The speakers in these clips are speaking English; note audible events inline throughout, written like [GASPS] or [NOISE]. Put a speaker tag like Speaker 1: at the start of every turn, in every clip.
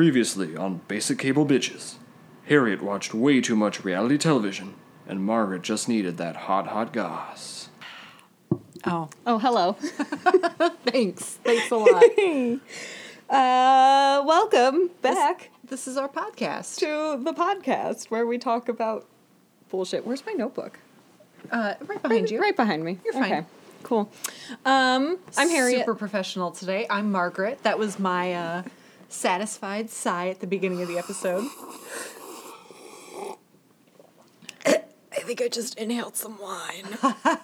Speaker 1: Previously on Basic Cable Bitches, Harriet watched way too much reality television, and Margaret just needed that hot, hot goss.
Speaker 2: Oh,
Speaker 3: [LAUGHS] Oh, hello.
Speaker 2: thanks. Thanks a lot.
Speaker 3: Uh, welcome back
Speaker 2: this is our podcast.
Speaker 3: to the podcast where we talk about bullshit. Where's my notebook?
Speaker 2: Uh, right behind you.
Speaker 3: Right behind me.
Speaker 2: You're fine.
Speaker 3: Okay, cool. Um, I'm Harriet.
Speaker 2: Super professional today. I'm Margaret. That was my uh, satisfied sigh at the beginning of the
Speaker 3: [SIGHS]
Speaker 2: episode.
Speaker 4: I think I just inhaled some wine.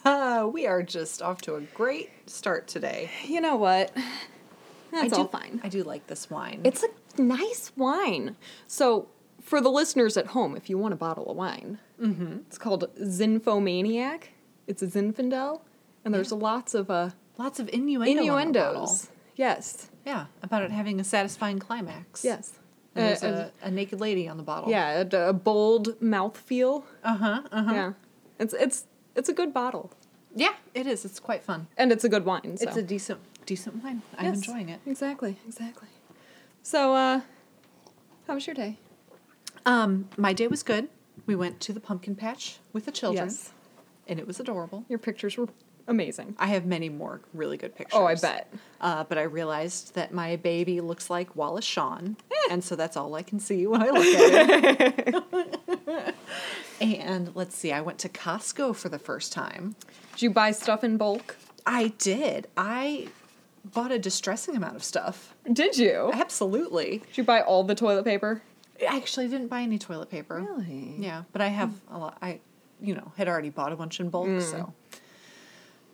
Speaker 2: Uh, we are just off to a great start today.
Speaker 3: You know what? That's
Speaker 2: I do,
Speaker 3: all fine.
Speaker 2: I do like this wine.
Speaker 3: It's a nice wine. So, for the listeners at home, if you want a bottle of wine,
Speaker 2: Mm-hmm.
Speaker 3: it's called Zinfomaniac. It's a Zinfandel, and there's lots of uh,
Speaker 2: lots of innuendo. on the
Speaker 3: innuendos. Yes,
Speaker 2: bottle. yeah, about it having a satisfying climax.
Speaker 3: yes.
Speaker 2: And there's
Speaker 3: Uh, uh,
Speaker 2: a, a naked lady on the bottle.
Speaker 3: Yeah, a, a bold mouthfeel.
Speaker 2: Uh huh. Uh huh.
Speaker 3: Yeah, it's it's it's a good bottle,
Speaker 2: Yeah, it is. It's quite fun.
Speaker 3: and it's a good wine. So.
Speaker 2: It's a decent, decent wine. I'm
Speaker 3: Yes.
Speaker 2: enjoying it.
Speaker 3: Exactly, exactly. So, uh, how was your day?
Speaker 2: Um, my day was good. We went to the pumpkin patch with the children.
Speaker 3: Yes.
Speaker 2: And it was adorable.
Speaker 3: Your pictures were amazing.
Speaker 2: I have many more really good pictures.
Speaker 3: Oh, I bet.
Speaker 2: Uh, but I realized that my baby looks like Wallace Shawn,
Speaker 3: Eh.
Speaker 2: and so that's all I can see when I look at
Speaker 3: [LAUGHS]
Speaker 2: it. and let's see, I went to Costco for the first time.
Speaker 3: Did you buy stuff in bulk?
Speaker 2: I did. I bought a distressing amount of stuff.
Speaker 3: Did you?
Speaker 2: Absolutely.
Speaker 3: Did you buy all the toilet paper?
Speaker 2: Actually, I didn't buy any toilet paper.
Speaker 3: Really?
Speaker 2: Yeah, but I have a lot. I, you know, had already bought a bunch in bulk, so.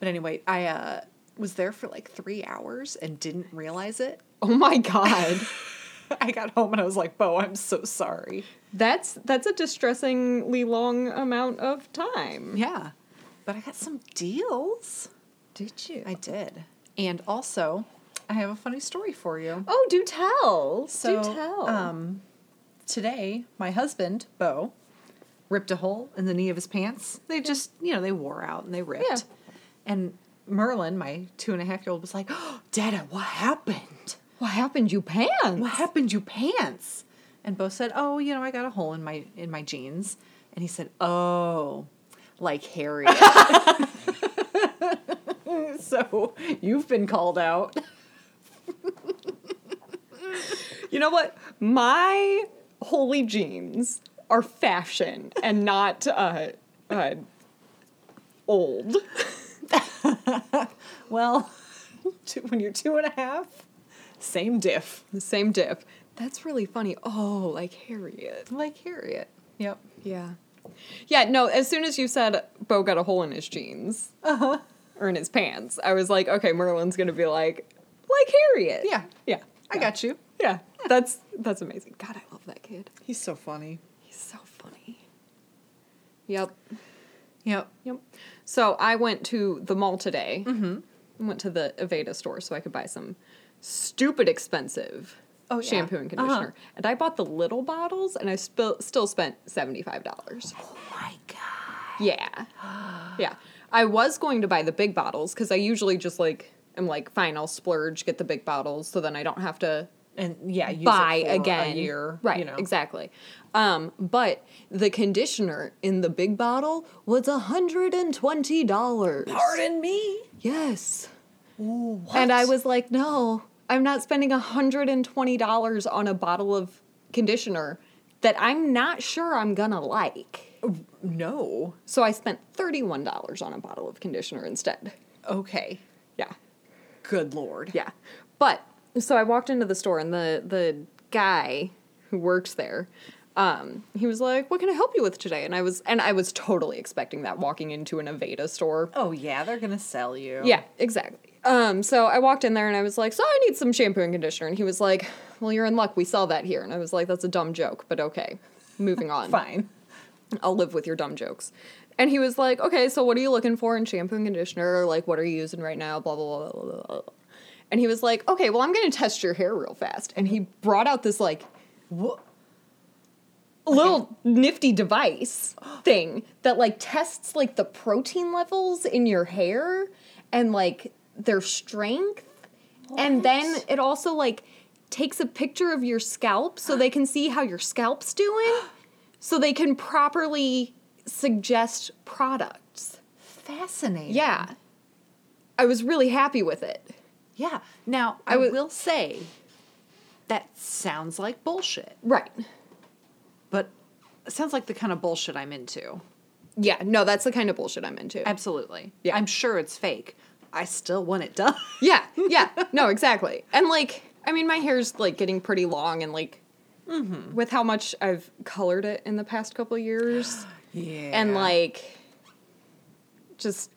Speaker 2: But anyway, I uh, was there for like three hours and didn't realize it. [LAUGHS]
Speaker 3: Oh my god, [LAUGHS]
Speaker 2: I got home and I was like, Bo, I'm so sorry.
Speaker 3: that's that's a distressingly long amount of time.
Speaker 2: Yeah. But I got some deals.
Speaker 3: Did you?
Speaker 2: I did. And also, I have a funny story for you.
Speaker 3: oh, do tell.
Speaker 2: So,
Speaker 3: do tell.
Speaker 2: Um, today, my husband, Bo, ripped a hole in the knee of his pants. They just, you know, they wore out and they ripped.
Speaker 3: Yeah.
Speaker 2: And Merlin, my two and a half year old, was like, oh, Dada, what happened?
Speaker 3: what happened? You pants?
Speaker 2: What happened, you pants? And Bo said, Oh, you know, I got a hole in my in my jeans. And he said, Oh, like [LAUGHS] Harriet. so you've been called out.
Speaker 3: You know what? My holy jeans are fashion and not uh, uh, old.
Speaker 2: Well, two, when you're two and a half, same diff.
Speaker 3: The same dip. That's really funny. Oh, like Harriet.
Speaker 2: Like Harriet. Yep.
Speaker 3: Yeah. Yeah, no, as soon as you said Bo got a hole in his jeans or in his pants, I was like, okay, Merlin's going to be like, like Harriet.
Speaker 2: Yeah.
Speaker 3: Yeah.
Speaker 2: I got you.
Speaker 3: Yeah. That's that's amazing. God, I love that kid.
Speaker 2: He's so funny.
Speaker 3: He's so funny. Yep.
Speaker 2: Yep.
Speaker 3: Yep. So I went to the mall today. Mm-hmm. I went to the Aveda store so I could buy some stupid expensive
Speaker 2: Oh, yeah.
Speaker 3: shampoo and
Speaker 2: Uh-huh.
Speaker 3: conditioner. And I bought the little bottles and I sp- still spent $75.
Speaker 2: Oh my God.
Speaker 3: Yeah. Yeah. I was going to buy the big bottles because I usually just like, I'm like, fine, I'll splurge, get the big bottles so then I don't have to
Speaker 2: And yeah, use it
Speaker 3: buy
Speaker 2: for
Speaker 3: again.
Speaker 2: a year.
Speaker 3: right?
Speaker 2: You know.
Speaker 3: Exactly. Um, but the conditioner in the big bottle was hundred and twenty dollars.
Speaker 2: Pardon me.
Speaker 3: Yes. And I was like, no, I'm not spending hundred and twenty dollars on a bottle of conditioner that I'm not sure I'm gonna like.
Speaker 2: No.
Speaker 3: So I spent thirty-one dollars on a bottle of conditioner instead.
Speaker 2: Okay.
Speaker 3: Yeah.
Speaker 2: Good lord.
Speaker 3: Yeah. But so I walked into the store and the the guy who works there, um, he was like, "What can I help you with today?" And I was and I was totally expecting that walking into an Aveda store.
Speaker 2: Oh yeah, they're gonna sell you.
Speaker 3: Yeah, exactly. Um, so I walked in there and I was like, "So I need some shampoo and conditioner." And he was like, "Well, you're in luck. We sell that here." And I was like, "That's a dumb joke, but okay. Moving
Speaker 2: [LAUGHS]
Speaker 3: on.
Speaker 2: Fine.
Speaker 3: I'll live with your dumb jokes." And he was like, "Okay, so what are you looking for in shampoo and conditioner? Like, what are you using right now? Blah blah blah blah, blah blah." blah." And he was like, "Okay, well, I'm gonna test your hair real fast." And he brought out this like
Speaker 2: Wha-
Speaker 3: little nifty device thing that like tests like the protein levels in your hair and like their strength and then it also like takes a picture of your scalp so they can see how your scalp's doing, so they can properly suggest products.
Speaker 2: Fascinating.
Speaker 3: Yeah. I was really happy with it.
Speaker 2: Yeah. Now, I
Speaker 3: wa-
Speaker 2: will say that sounds like bullshit,
Speaker 3: Right.
Speaker 2: but it sounds like the kind of bullshit I'm into.
Speaker 3: Yeah, no, that's the kind of bullshit I'm into.
Speaker 2: Absolutely.
Speaker 3: Yeah.
Speaker 2: I'm sure it's fake. I still want it done.
Speaker 3: Yeah, yeah. No, exactly. And like, I mean, my hair's like getting pretty long and like with how much I've colored it in the past couple years.
Speaker 2: Yeah.
Speaker 3: And like just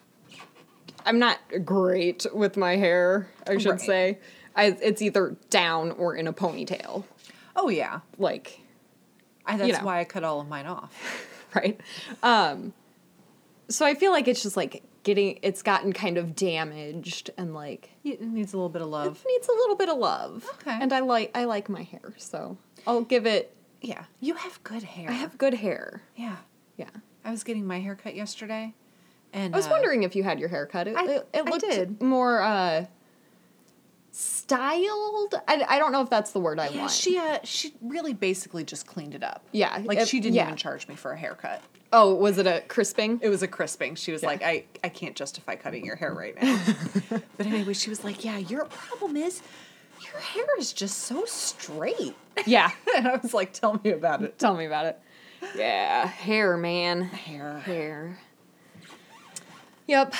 Speaker 3: I'm not great with my hair, I should
Speaker 2: Right.
Speaker 3: say. I, it's either down or in a ponytail.
Speaker 2: oh yeah.
Speaker 3: Like
Speaker 2: I, that's
Speaker 3: know.
Speaker 2: why I cut all of mine off.
Speaker 3: [LAUGHS] right? Um, so I feel like it's just like getting it's gotten kind of damaged and like
Speaker 2: It needs a little bit of
Speaker 3: it
Speaker 2: love.
Speaker 3: needs a little bit of love.
Speaker 2: Okay.
Speaker 3: And I like I like my hair, so I'll give it.
Speaker 2: Yeah. You have good hair.
Speaker 3: I have good hair.
Speaker 2: Yeah.
Speaker 3: Yeah.
Speaker 2: I was getting my hair cut yesterday, and
Speaker 3: I was
Speaker 2: uh,
Speaker 3: wondering if you had your hair cut. It,
Speaker 2: I-
Speaker 3: it, it
Speaker 2: I
Speaker 3: looked
Speaker 2: did.
Speaker 3: more uh, styled. I, I don't know if that's the word I
Speaker 2: Yeah,
Speaker 3: want.
Speaker 2: she uh, she really basically just cleaned it up.
Speaker 3: Yeah,
Speaker 2: like
Speaker 3: it-
Speaker 2: she didn't
Speaker 3: yeah.
Speaker 2: even charge me for a haircut.
Speaker 3: oh, was it a
Speaker 2: [LAUGHS]
Speaker 3: crisping?
Speaker 2: It was a crisping. She was like, I, I can't justify cutting your hair right
Speaker 3: [LAUGHS]
Speaker 2: now. but anyway, she was like, Yeah, your problem is your hair is just so straight. [LAUGHS]
Speaker 3: yeah.
Speaker 2: and I was like, Tell me about it.
Speaker 3: Tell me about it. Yeah, hair, man. Hair. Hair. Yep.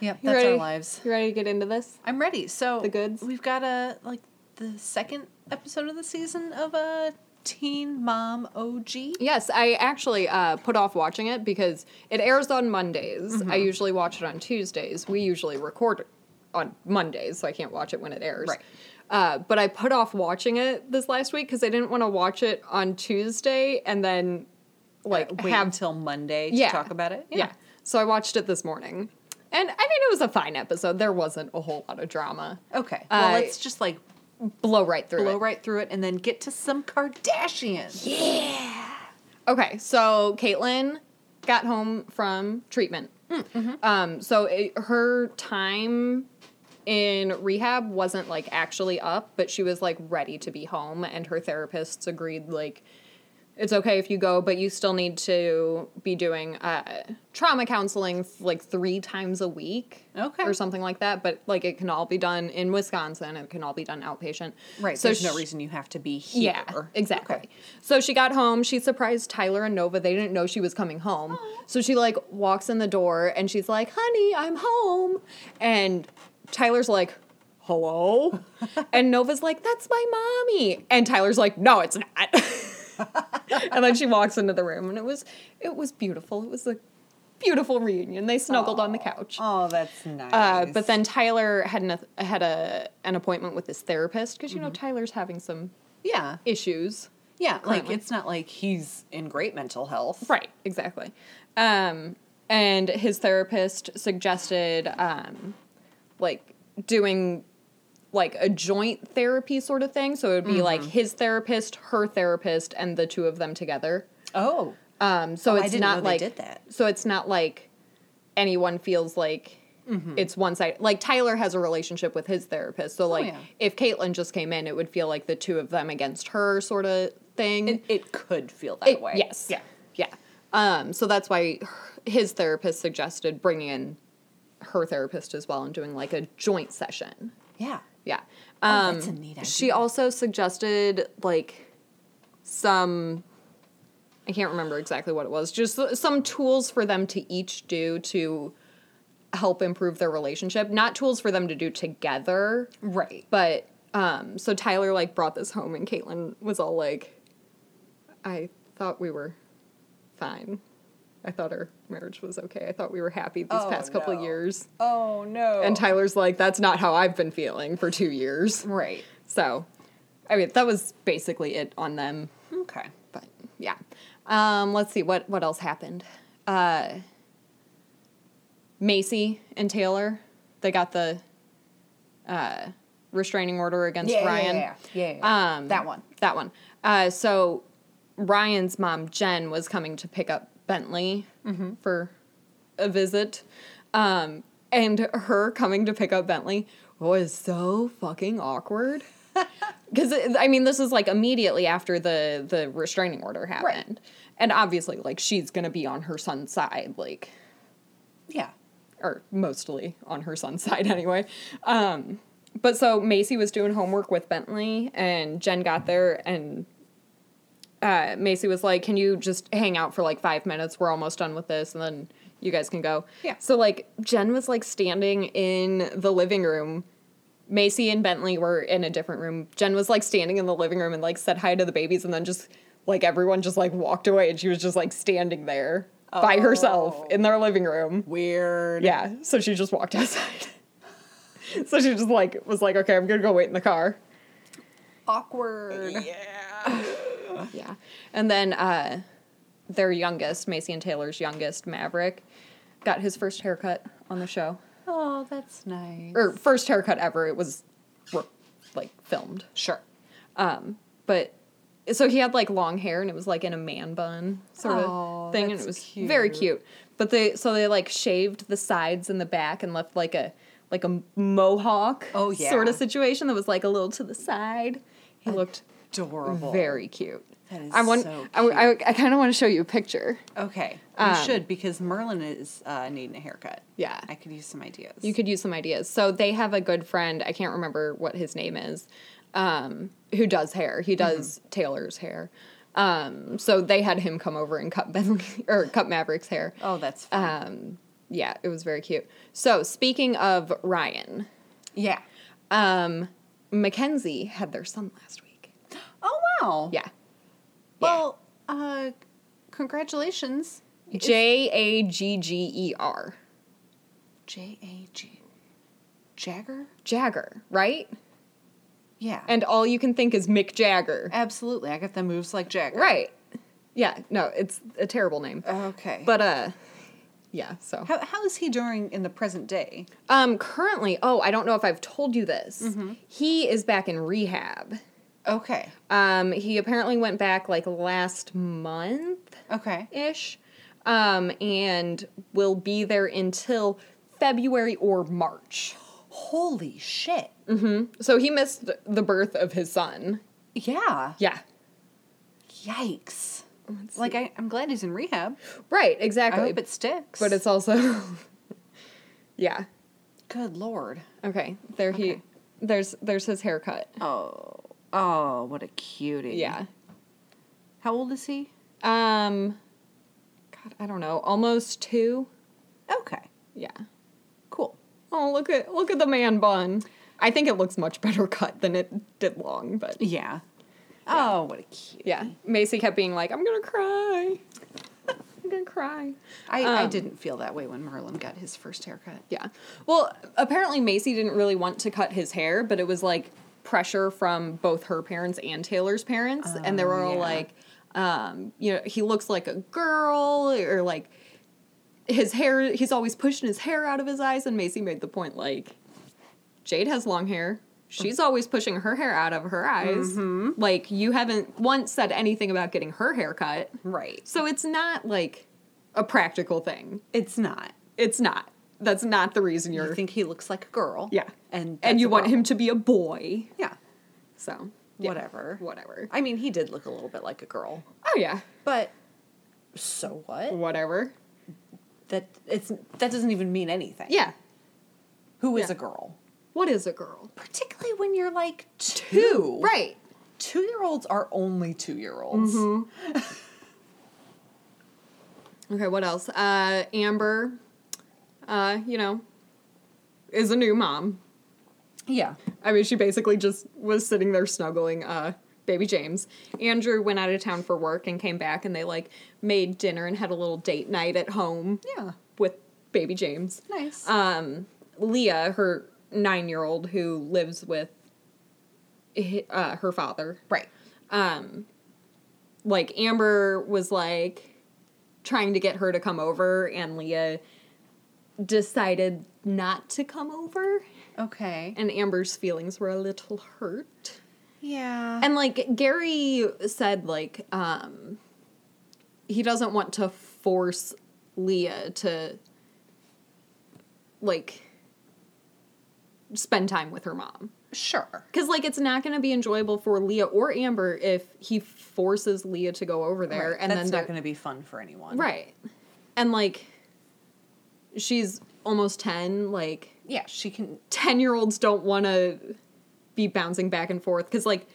Speaker 2: Yep,
Speaker 3: You
Speaker 2: that's
Speaker 3: ready?
Speaker 2: our lives.
Speaker 3: You ready to get into this?
Speaker 2: I'm ready. So
Speaker 3: The goods?
Speaker 2: We've got a like the second episode of the season of a Teen Mom OG.
Speaker 3: Yes, I actually uh, put off watching it because it airs on Mondays. I usually watch it on Tuesdays. We usually record it on Mondays, so I can't watch it when it airs.
Speaker 2: Right.
Speaker 3: Uh, but I put off watching it this last week because I didn't want to watch it on Tuesday and then like
Speaker 2: Wait
Speaker 3: have
Speaker 2: until Monday to
Speaker 3: yeah.
Speaker 2: talk about it.
Speaker 3: Yeah. So I watched it this morning, and I mean it was a fine episode. There wasn't a whole lot of drama.
Speaker 2: Okay. Well,
Speaker 3: Uh,
Speaker 2: let's just like
Speaker 3: Blow right through.
Speaker 2: blow
Speaker 3: it.
Speaker 2: right through it and then get to some Kardashians.
Speaker 3: Okay, so Caitlyn got home from treatment.
Speaker 2: Hmm, mm-hmm.
Speaker 3: Um, so it, her time in rehab wasn't like actually up, but she was like ready to be home, and her therapists agreed like it's okay if you go, but you still need to be doing uh, trauma counseling like three times a week,
Speaker 2: Okay.
Speaker 3: or something like that. But like it can all be done in Wisconsin. It can all be done outpatient.
Speaker 2: Right. So there's no
Speaker 3: she-
Speaker 2: reason you have to be here.
Speaker 3: yeah, exactly.
Speaker 2: Okay.
Speaker 3: So she got home. She surprised Tyler and Nova. They didn't know she was coming home. So she like walks in the door and she's like, "Honey, I'm home." And Tyler's like,
Speaker 2: [LAUGHS]
Speaker 3: "Hello," and Nova's like, "That's my mommy." And Tyler's like, "No, it's not." [LAUGHS] and then she walks into the room, and it was it was beautiful. It was a beautiful reunion. They snuggled on the couch.
Speaker 2: Oh, that's nice.
Speaker 3: Uh, but then Tyler had an, had a an appointment with his therapist because you know
Speaker 2: Mm-hmm.
Speaker 3: Tyler's having some
Speaker 2: yeah,
Speaker 3: issues.
Speaker 2: yeah, like
Speaker 3: currently.
Speaker 2: it's not like he's in great mental health.
Speaker 3: Right, exactly. Um, and his therapist suggested um, like doing like a joint therapy sort of thing. So it would be
Speaker 2: Mm-hmm.
Speaker 3: like his therapist, her therapist, and the two of them together.
Speaker 2: Oh,
Speaker 3: Um, so
Speaker 2: I
Speaker 3: it's
Speaker 2: didn't
Speaker 3: not
Speaker 2: know they
Speaker 3: like
Speaker 2: did that.
Speaker 3: so it's not like anyone feels like
Speaker 2: Mm-hmm.
Speaker 3: it's one side. Like Tyler has a relationship with his therapist, so like
Speaker 2: Oh, yeah.
Speaker 3: if Caitlyn just came in, it would feel like the two of them against her sort of thing.
Speaker 2: it, it could feel that
Speaker 3: It-
Speaker 2: way.
Speaker 3: Oh, Yes.
Speaker 2: Yeah.
Speaker 3: Yeah. Um, so that's why his therapist suggested bringing in her therapist as well and doing like a joint session.
Speaker 2: Yeah.
Speaker 3: Yeah. Um,
Speaker 2: Oh, that's a neat
Speaker 3: She
Speaker 2: idea.
Speaker 3: also suggested like some, I can't remember exactly what it was, just some tools for them to each do to help improve their relationship. Not tools for them to do together,
Speaker 2: Right.
Speaker 3: but um, so Tyler like brought this home, and Caitlin was all like, "I thought we were fine. I thought our marriage was okay. I thought we were happy these
Speaker 2: Oh,
Speaker 3: past couple
Speaker 2: no.
Speaker 3: years."
Speaker 2: Oh no.
Speaker 3: And Tyler's like, "That's not how I've been feeling for two years."
Speaker 2: Right.
Speaker 3: So, I mean, that was basically it on them.
Speaker 2: Okay.
Speaker 3: But yeah, um, let's see what what else happened. Uh, Macy and Taylor, they got the uh, restraining order against Ryan.
Speaker 2: Yeah. Yeah. yeah, yeah.
Speaker 3: Um,
Speaker 2: that one.
Speaker 3: That one. Uh, so Ryan's mom Jen was coming to pick up Bentley for a visit, um, and her coming to pick up Bentley was so fucking awkward. [LAUGHS] Because I mean, this is like immediately after the the restraining order happened, and obviously, like she's gonna be on her son's side, like
Speaker 2: Yeah.
Speaker 3: or mostly on her son's [LAUGHS] side anyway. Um, but so Macy was doing homework with Bentley, and Jen got there, and uh, Macy was like, "Can you just hang out for like five minutes? We're almost done with this, and then you guys can go."
Speaker 2: Yeah.
Speaker 3: So like Jen was like standing in the living room. Macy and Bentley were in a different room. Jen was like standing in the living room and like said hi to the babies, and then just like everyone just like walked away, and she was just like standing there by herself in their living room.
Speaker 2: Weird.
Speaker 3: Yeah, so she just walked [LAUGHS] outside. so she just like was like, okay, I'm gonna go wait in the car.
Speaker 2: Awkward.
Speaker 3: Yeah, and then uh, their youngest, Macy and Taylor's youngest, Maverick, got his first haircut on the show,
Speaker 2: Oh, that's nice.
Speaker 3: or first haircut ever. It was re- like filmed,
Speaker 2: Sure.
Speaker 3: but so he had like long hair and it was like in a man bun sort
Speaker 2: Oh,
Speaker 3: of thing, and it
Speaker 2: that's
Speaker 3: was very
Speaker 2: cute.
Speaker 3: cute. But they so they like shaved the sides and the back and left like a like a mohawk
Speaker 2: Oh, yeah.
Speaker 3: sort of situation that was like a little to the side. He looked
Speaker 2: Adorable.
Speaker 3: Very cute.
Speaker 2: That is
Speaker 3: I want.
Speaker 2: so
Speaker 3: I, I, I kind of want to show you a picture.
Speaker 2: Okay. We should because Merlin is uh, needing a haircut.
Speaker 3: Um, Yeah.
Speaker 2: I could use some ideas.
Speaker 3: You could use some ideas. So they have a good friend. I can't remember what his name is. Um, who does hair? He does Taylor's hair. Um, so they had him come over and cut [LAUGHS] Bentley or cut Maverick's hair.
Speaker 2: Oh, that's fun.
Speaker 3: Um, yeah, it was very cute. So speaking of Ryan,
Speaker 2: yeah.
Speaker 3: um, Mackenzie had their son last week.
Speaker 2: Oh wow.
Speaker 3: Yeah,
Speaker 2: Well, uh, congratulations.
Speaker 3: J A G G E R
Speaker 2: J A G. Jagger.
Speaker 3: Jagger, right?
Speaker 2: Yeah.
Speaker 3: And all you can think is Mick Jagger.
Speaker 2: absolutely, I got the moves like Jagger.
Speaker 3: Right. Yeah, no, it's a terrible name.
Speaker 2: Okay.
Speaker 3: But uh yeah, so.
Speaker 2: how how is he doing in the present day?
Speaker 3: Um currently, oh, I don't know if I've told you this. He is back in rehab.
Speaker 2: Okay.
Speaker 3: Um he apparently went back like last month
Speaker 2: Okay.
Speaker 3: ish. Um and will be there until February or March.
Speaker 2: Holy shit.
Speaker 3: Mm. So he missed the birth of his son.
Speaker 2: Yeah.
Speaker 3: Yeah.
Speaker 2: Yikes. Like I, I'm glad he's in rehab.
Speaker 3: Right,
Speaker 2: I
Speaker 3: exactly.
Speaker 2: hope it sticks.
Speaker 3: Oh. but it's also [LAUGHS] Yeah.
Speaker 2: good lord.
Speaker 3: Okay. There he there's there's his haircut.
Speaker 2: Oh. Oh, what a cutie.
Speaker 3: Yeah.
Speaker 2: How old is he?
Speaker 3: Um God, I don't know. Almost two.
Speaker 2: Okay.
Speaker 3: Yeah.
Speaker 2: Cool.
Speaker 3: Oh, look at look at the man bun. I think it looks much better [LAUGHS] cut than it did long,
Speaker 2: [LAUGHS]
Speaker 3: but
Speaker 2: Yeah. Oh, what a cutie.
Speaker 3: yeah. Macy kept being like, "I'm gonna cry. [LAUGHS] I'm gonna cry."
Speaker 2: I,
Speaker 3: Um,
Speaker 2: I didn't feel that way when Merlin got his first haircut.
Speaker 3: Yeah. Well, apparently Macy didn't really want to cut his hair, but it was like pressure from both her parents and Taylor's parents, and they were all
Speaker 2: yeah.
Speaker 3: like, um, you know, he looks like a girl, or like his hair. He's always pushing his hair out of his eyes, and Macy made the point like, Jade has long hair. She's always pushing her hair out of her eyes. Like you haven't once said anything about getting her hair cut,
Speaker 2: Right.
Speaker 3: so it's not like a practical thing.
Speaker 2: It's not.
Speaker 3: It's not. That's not the reason you're.
Speaker 2: You think he looks like a girl.
Speaker 3: yeah.
Speaker 2: And
Speaker 3: and
Speaker 2: that's
Speaker 3: you
Speaker 2: a
Speaker 3: want him
Speaker 2: problem.
Speaker 3: to be a boy.
Speaker 2: Yeah.
Speaker 3: So yeah.
Speaker 2: Whatever.
Speaker 3: Whatever.
Speaker 2: I mean, he did look a little bit like a girl,
Speaker 3: Oh yeah.
Speaker 2: but so what?
Speaker 3: Whatever.
Speaker 2: That it's that doesn't even mean anything.
Speaker 3: Yeah.
Speaker 2: Who is
Speaker 3: Yeah.
Speaker 2: a girl?
Speaker 3: What is a girl?
Speaker 2: Particularly when you're like two.
Speaker 3: Right.
Speaker 2: Two year olds are only two year olds.
Speaker 3: Okay. What else? Uh, Amber. Uh, you know, is a new mom.
Speaker 2: Yeah.
Speaker 3: I mean, she basically just was sitting there snuggling uh baby James. Andrew went out of town for work and came back, and they like made dinner and had a little date night at home.
Speaker 2: Yeah.
Speaker 3: With baby James.
Speaker 2: Nice.
Speaker 3: um, Leah, her nine year old who lives with hi- uh, her father.
Speaker 2: right.
Speaker 3: Um, like Amber was like trying to get her to come over, and Leah decided not to come over,
Speaker 2: Okay.
Speaker 3: and Amber's feelings were a little hurt.
Speaker 2: yeah.
Speaker 3: And like Gary said, like um, he doesn't want to force Leah to like spend time with her mom.
Speaker 2: Sure.
Speaker 3: Because like it's not going to be enjoyable for Leah or Amber if he forces Leah to go over there,
Speaker 2: Right.
Speaker 3: and
Speaker 2: That's
Speaker 3: then
Speaker 2: not
Speaker 3: they're-
Speaker 2: going to be fun for anyone.
Speaker 3: right, and like she's almost ten. Like
Speaker 2: Yeah, she can.
Speaker 3: ten year olds don't want to be bouncing back and forth because like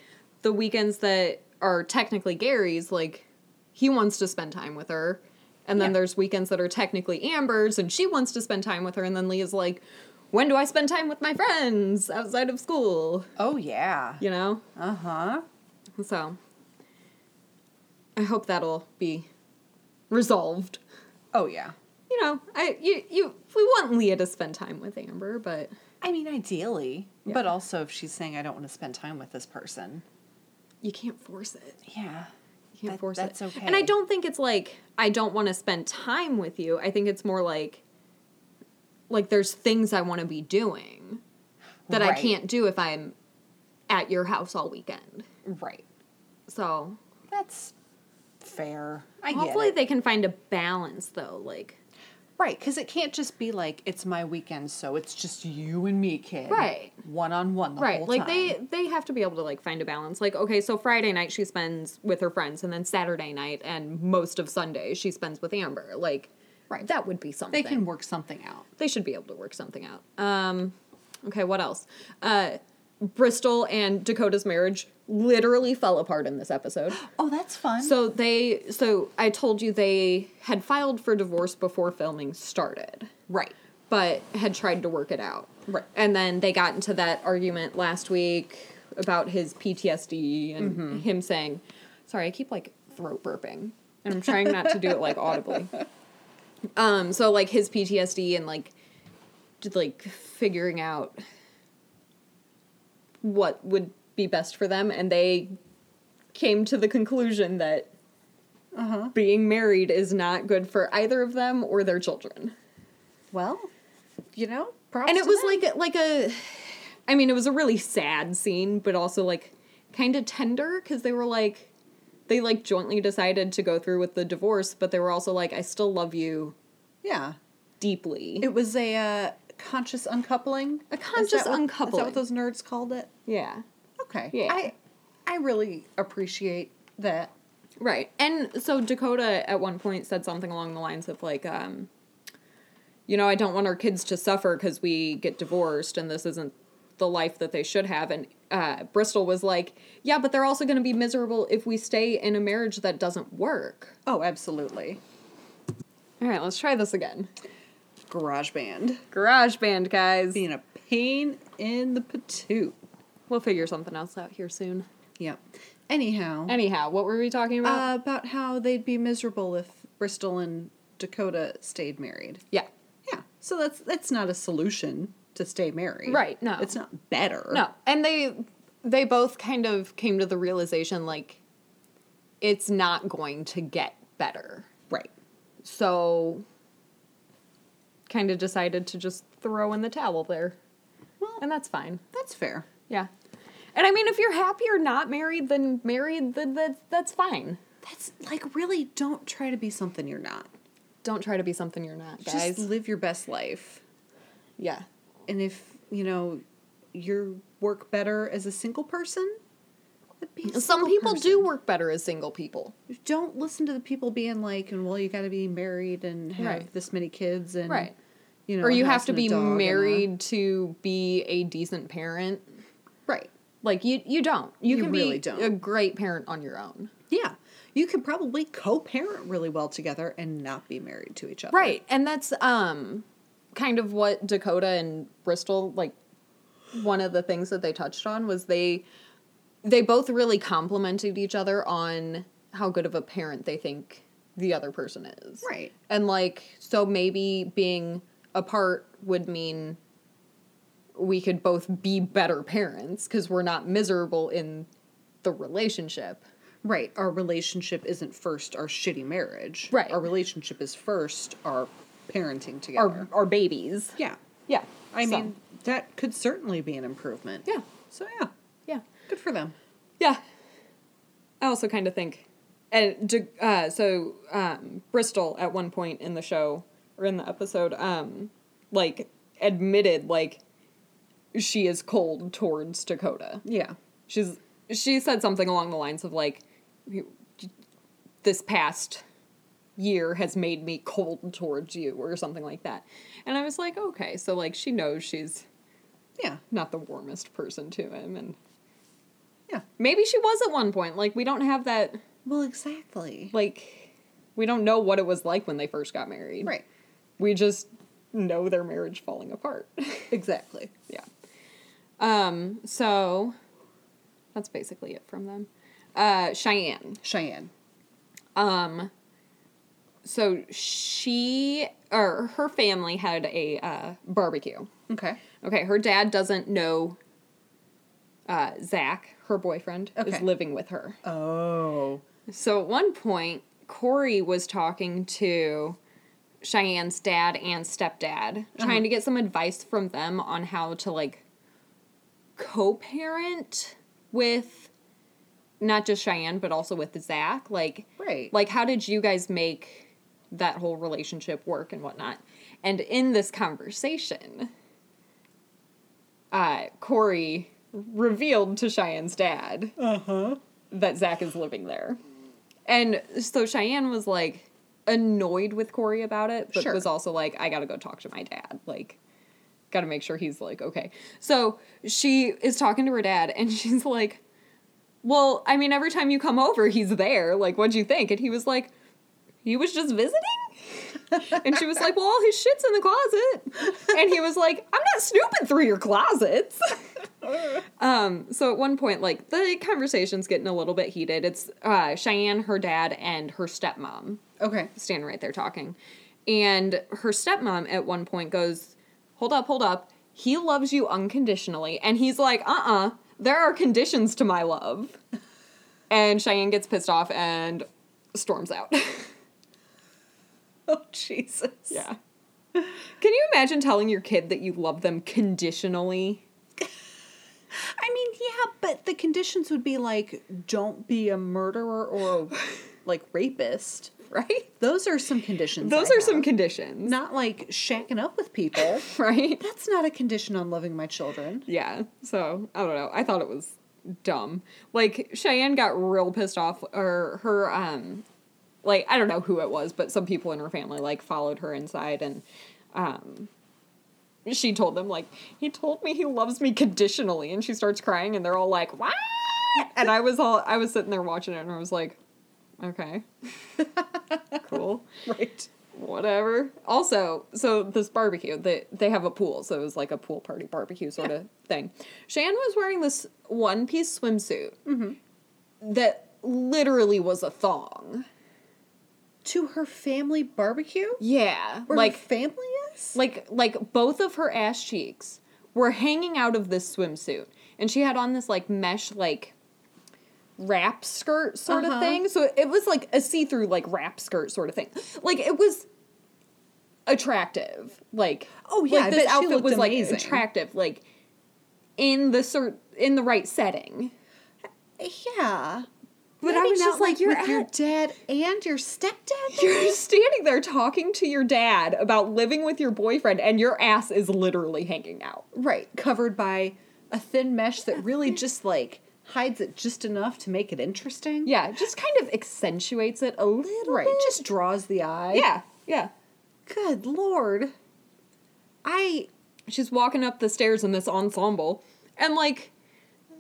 Speaker 3: the weekends that are technically Gary's, like he wants to spend time with her, and then
Speaker 2: Yeah.
Speaker 3: there's weekends that are technically Amber's, and she wants to spend time with her, and then Leah's like, when do I spend time with my friends outside of school?
Speaker 2: Oh, yeah.
Speaker 3: You know.
Speaker 2: Uh huh.
Speaker 3: So I hope that'll be resolved.
Speaker 2: Oh, yeah.
Speaker 3: You know, I you you we want Leah to spend time with Amber, but
Speaker 2: I mean, ideally, but
Speaker 3: Yeah.
Speaker 2: also if she's saying, I don't want to spend time with this person.
Speaker 3: you can't force it.
Speaker 2: Yeah.
Speaker 3: You can't
Speaker 2: That-
Speaker 3: force
Speaker 2: that's
Speaker 3: it.
Speaker 2: okay.
Speaker 3: And I don't think it's like I don't want to spend time with you. I think it's more like like there's things I want to be doing that I
Speaker 2: Right.
Speaker 3: can't do if I'm at your house all weekend.
Speaker 2: Right.
Speaker 3: So
Speaker 2: That's fair. I get
Speaker 3: hopefully
Speaker 2: it.
Speaker 3: they can find a balance though. Like
Speaker 2: Right, because it can't just be like it's my weekend, so it's just you and me, kid.
Speaker 3: Right.
Speaker 2: one on one the
Speaker 3: right
Speaker 2: whole time.
Speaker 3: like they they have to be able to like find a balance like okay so friday night she spends with her friends and then saturday night and most of sunday she spends with amber like right that would be something
Speaker 2: they can work something out.
Speaker 3: they should be able to work something out um okay what else uh bristol and dakota's marriage literally fell apart in this episode
Speaker 2: Oh, that's fun.
Speaker 3: so they so i told you they had filed for divorce before filming started
Speaker 2: right,
Speaker 3: but had tried to work it out.
Speaker 2: Right.
Speaker 3: And then they got into that argument last week about his PTSD and
Speaker 2: Mm-hmm.
Speaker 3: him saying, sorry, I keep like throat burping and I'm trying not to do it
Speaker 2: [LAUGHS]
Speaker 3: like audibly. Um so like his PTSD and like just like figuring out what would be best for them and they came to the conclusion that being married is not good for either of them or their children
Speaker 2: well, you know, props
Speaker 3: and it
Speaker 2: to
Speaker 3: was
Speaker 2: them.
Speaker 3: like a- like a i mean it was a really sad scene but also like kind of tender because they were like they like jointly decided to go through with the divorce but they were also like i still love you
Speaker 2: yeah,
Speaker 3: deeply
Speaker 2: it was a uh, conscious uncoupling.
Speaker 3: A
Speaker 2: Is that
Speaker 3: conscious
Speaker 2: what- Is that
Speaker 3: uncoupling.
Speaker 2: what those nerds called it?
Speaker 3: yeah
Speaker 2: Okay,
Speaker 3: Yeah.
Speaker 2: I I really appreciate that.
Speaker 3: right and so dakota at one point said something along the lines of like um you know i don't want our kids to suffer because we get divorced and this isn't the life that they should have and uh, bristol was like yeah but they're also going to be miserable if we stay in a marriage that doesn't work
Speaker 2: Oh, absolutely.
Speaker 3: All right, let's try this again.
Speaker 2: Garage band
Speaker 3: Garage band, guys.
Speaker 2: being a pain in the patoot.
Speaker 3: We'll figure something else out here soon.
Speaker 2: Yep. Anyhow,
Speaker 3: Anyhow, what were we talking about?
Speaker 2: uh, about how they'd be miserable if Bristol and Dakota stayed married.
Speaker 3: yeah.
Speaker 2: Yeah. So that's that's not a solution to stay married.
Speaker 3: Right, no.
Speaker 2: It's not better.
Speaker 3: No, and they they both kind of came to the realization like it's not going to get better.
Speaker 2: Right.
Speaker 3: So kind of decided to just throw in the towel there.
Speaker 2: Well-
Speaker 3: and that's fine.
Speaker 2: That's fair.
Speaker 3: Yeah. And I mean if you're happy or not married, then married then that's that's fine.
Speaker 2: That's like really don't try to be something you're not.
Speaker 3: Don't try to be something you're not, guys.
Speaker 2: Just live your best life.
Speaker 3: yeah.
Speaker 2: And if, you know, you work better as a single person, then be a
Speaker 3: Some
Speaker 2: single
Speaker 3: people do
Speaker 2: person.
Speaker 3: work better as single people.
Speaker 2: Don't listen to the people being like, and well, you got to be married and have
Speaker 3: Right.
Speaker 2: this many kids and
Speaker 3: Right.
Speaker 2: You know,
Speaker 3: or
Speaker 2: a
Speaker 3: you
Speaker 2: house
Speaker 3: have to
Speaker 2: and a
Speaker 3: be
Speaker 2: dog and a-
Speaker 3: married to be a decent parent.
Speaker 2: Right.
Speaker 3: Like you you don't. You,
Speaker 2: You
Speaker 3: can be
Speaker 2: really don't.
Speaker 3: a great parent on your own.
Speaker 2: Yeah. You could probably co-parent really well together and not be married to each other.
Speaker 3: Right. And that's um kind of what Dakota and Bristol like one of the things that they touched on was they they both really complimented each other on how good of a parent they think the other person is.
Speaker 2: Right.
Speaker 3: And like so maybe being apart would mean we could both be better parents cuz we're not miserable in the relationship.
Speaker 2: Right. Our relationship isn't first our shitty marriage.
Speaker 3: Right.
Speaker 2: Our relationship is first our parenting together.
Speaker 3: Our our babies.
Speaker 2: yeah.
Speaker 3: Yeah.
Speaker 2: I
Speaker 3: So,
Speaker 2: mean, that could certainly be an improvement.
Speaker 3: yeah.
Speaker 2: So, yeah,
Speaker 3: Yeah.
Speaker 2: good for them.
Speaker 3: Yeah. I also kind of think, and d- uh, so um, Bristol at one point in the show or in the episode, um, like admitted like she is cold towards Dakota.
Speaker 2: Yeah.
Speaker 3: She's she said something along the lines of like this past year has made me cold towards you or something like that. And I was like, okay, so like she knows she's
Speaker 2: Yeah.
Speaker 3: not the warmest person to him and
Speaker 2: Yeah.
Speaker 3: maybe she was at one point. Like we don't have that
Speaker 2: Well, exactly.
Speaker 3: like we don't know what it was like when they first got married.
Speaker 2: Right.
Speaker 3: We just know their marriage falling apart. [LAUGHS]
Speaker 2: Exactly.
Speaker 3: yeah. Um so that's basically it from them. Uh Cheyenne.
Speaker 2: Cheyenne.
Speaker 3: Um, so she or her family had a uh, barbecue.
Speaker 2: Okay.
Speaker 3: Okay, her dad doesn't know. Uh, Zach, her boyfriend, is
Speaker 2: Okay.
Speaker 3: living with her.
Speaker 2: Oh.
Speaker 3: So at one point, Corey was talking to Cheyenne's dad and stepdad, trying to get some advice from them on how to like co-parent with not just Cheyenne, but also with Zach. Like,
Speaker 2: Right.
Speaker 3: Like, how did you guys make that whole relationship work and whatnot? And in this conversation, uh, Corey revealed to Cheyenne's dad that Zach is living there. And so Cheyenne was like annoyed with Corey about it, but
Speaker 2: Sure.
Speaker 3: was also like, I gotta go talk to my dad. Like, gotta make sure he's like, okay. So she is talking to her dad and [LAUGHS] she's like, Well, I mean, every time you come over, he's there. Like, what'd you think? And he was like, He was just visiting? [LAUGHS] and she was like, Well, all his shit's in the closet. And he was like, I'm not snooping through your closets. Um, so at one point, like the conversation's getting a little bit heated. It's uh, Cheyenne, her dad, and her stepmom
Speaker 2: Okay. [LAUGHS]
Speaker 3: standing right there talking. And her stepmom at one point goes, Hold up, hold up. He loves you unconditionally. And he's like, Uh uh there are conditions to my love. And Cheyenne gets pissed off and storms out. [LAUGHS]
Speaker 2: Oh Jesus.
Speaker 3: yeah. Can you imagine telling your kid that you love them conditionally? [LAUGHS]
Speaker 2: I mean, yeah, but the conditions would be like don't be a murderer or like rapist.
Speaker 3: Right?
Speaker 2: Those are some conditions.
Speaker 3: Those
Speaker 2: I
Speaker 3: are some
Speaker 2: have.
Speaker 3: conditions.
Speaker 2: not like shacking up with people.
Speaker 3: [LAUGHS] right?
Speaker 2: That's not a condition on loving my children.
Speaker 3: Yeah. So I don't know. I thought it was dumb. Like Cheyenne got real pissed off, or her um, like I don't know who it was, but some people in her family like followed her inside and um. She told them like he told me he loves me conditionally, and she starts crying, and they're all like, "What?" And I was all I was sitting there watching it, and I was like, "Okay, cool."
Speaker 2: Right.
Speaker 3: whatever. Also, so this barbecue, they they have a pool, so it was like a pool party barbecue sort of thing. Shan was wearing this one piece swimsuit that literally was a thong.
Speaker 2: To her family barbecue?
Speaker 3: Yeah,
Speaker 2: Where
Speaker 3: like
Speaker 2: her family is?
Speaker 3: like like both of her ass cheeks were hanging out of this swimsuit, and she had on this like mesh like wrap skirt sort of
Speaker 2: Uh-huh.
Speaker 3: thing. So it was like a see through like wrap skirt sort of thing. Like it was attractive. Like
Speaker 2: Oh, yeah,
Speaker 3: like
Speaker 2: I
Speaker 3: this
Speaker 2: bet she
Speaker 3: outfit
Speaker 2: looked
Speaker 3: was
Speaker 2: amazing.
Speaker 3: like attractive. Like in the cer- in the right setting. [LAUGHS]
Speaker 2: Yeah.
Speaker 3: But
Speaker 2: Maybe
Speaker 3: I was
Speaker 2: not,
Speaker 3: just like, you're
Speaker 2: with your
Speaker 3: at-
Speaker 2: dad and your stepdad. there?
Speaker 3: You're standing there talking to your dad about living with your boyfriend, and your ass is literally hanging out.
Speaker 2: Right, covered by a thin mesh that really just like hides it just enough to make it interesting.
Speaker 3: Yeah, it just kind of accentuates it a little
Speaker 2: Right,
Speaker 3: bit.
Speaker 2: just draws the eye.
Speaker 3: yeah, yeah.
Speaker 2: Good lord. I
Speaker 3: She's walking up the stairs in this ensemble, and like,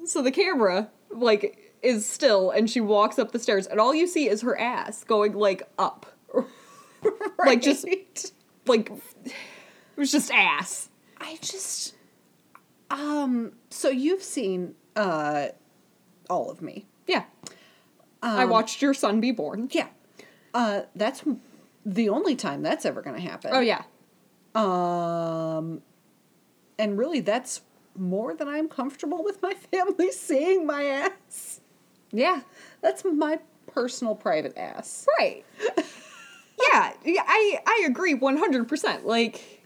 Speaker 3: so the camera like is still, and she walks up the stairs, and all you see is her ass going like [LAUGHS] up, like just like it was just ass.
Speaker 2: I just um so you've seen uh all of me.
Speaker 3: Yeah, Um, I watched your son be born.
Speaker 2: Yeah. Uh that's the only time that's ever going to happen.
Speaker 3: Oh yeah,
Speaker 2: Um, and really, that's more than I'm comfortable with my [LAUGHS] family seeing my ass.
Speaker 3: yeah.
Speaker 2: That's my personal private ass.
Speaker 3: Right. yeah, yeah, I I agree 100%. Like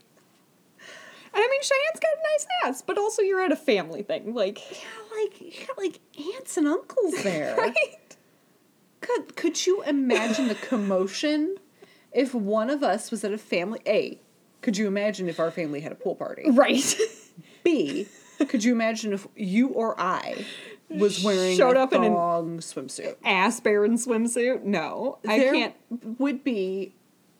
Speaker 3: and I mean Cheyenne's got a nice ass, but also you're at a family thing. Like
Speaker 2: Yeah, like you got like aunts and uncles there.
Speaker 3: [LAUGHS] right?
Speaker 2: Could could you imagine the commotion if one of us was at a family? A, could you imagine if our family had a pool party?
Speaker 3: Right.
Speaker 2: B, Could you imagine if you or I was wearing
Speaker 3: Showed
Speaker 2: a
Speaker 3: up in an-
Speaker 2: thong swimsuit?
Speaker 3: Ass Baron swimsuit? No, I
Speaker 2: there
Speaker 3: can't.
Speaker 2: would be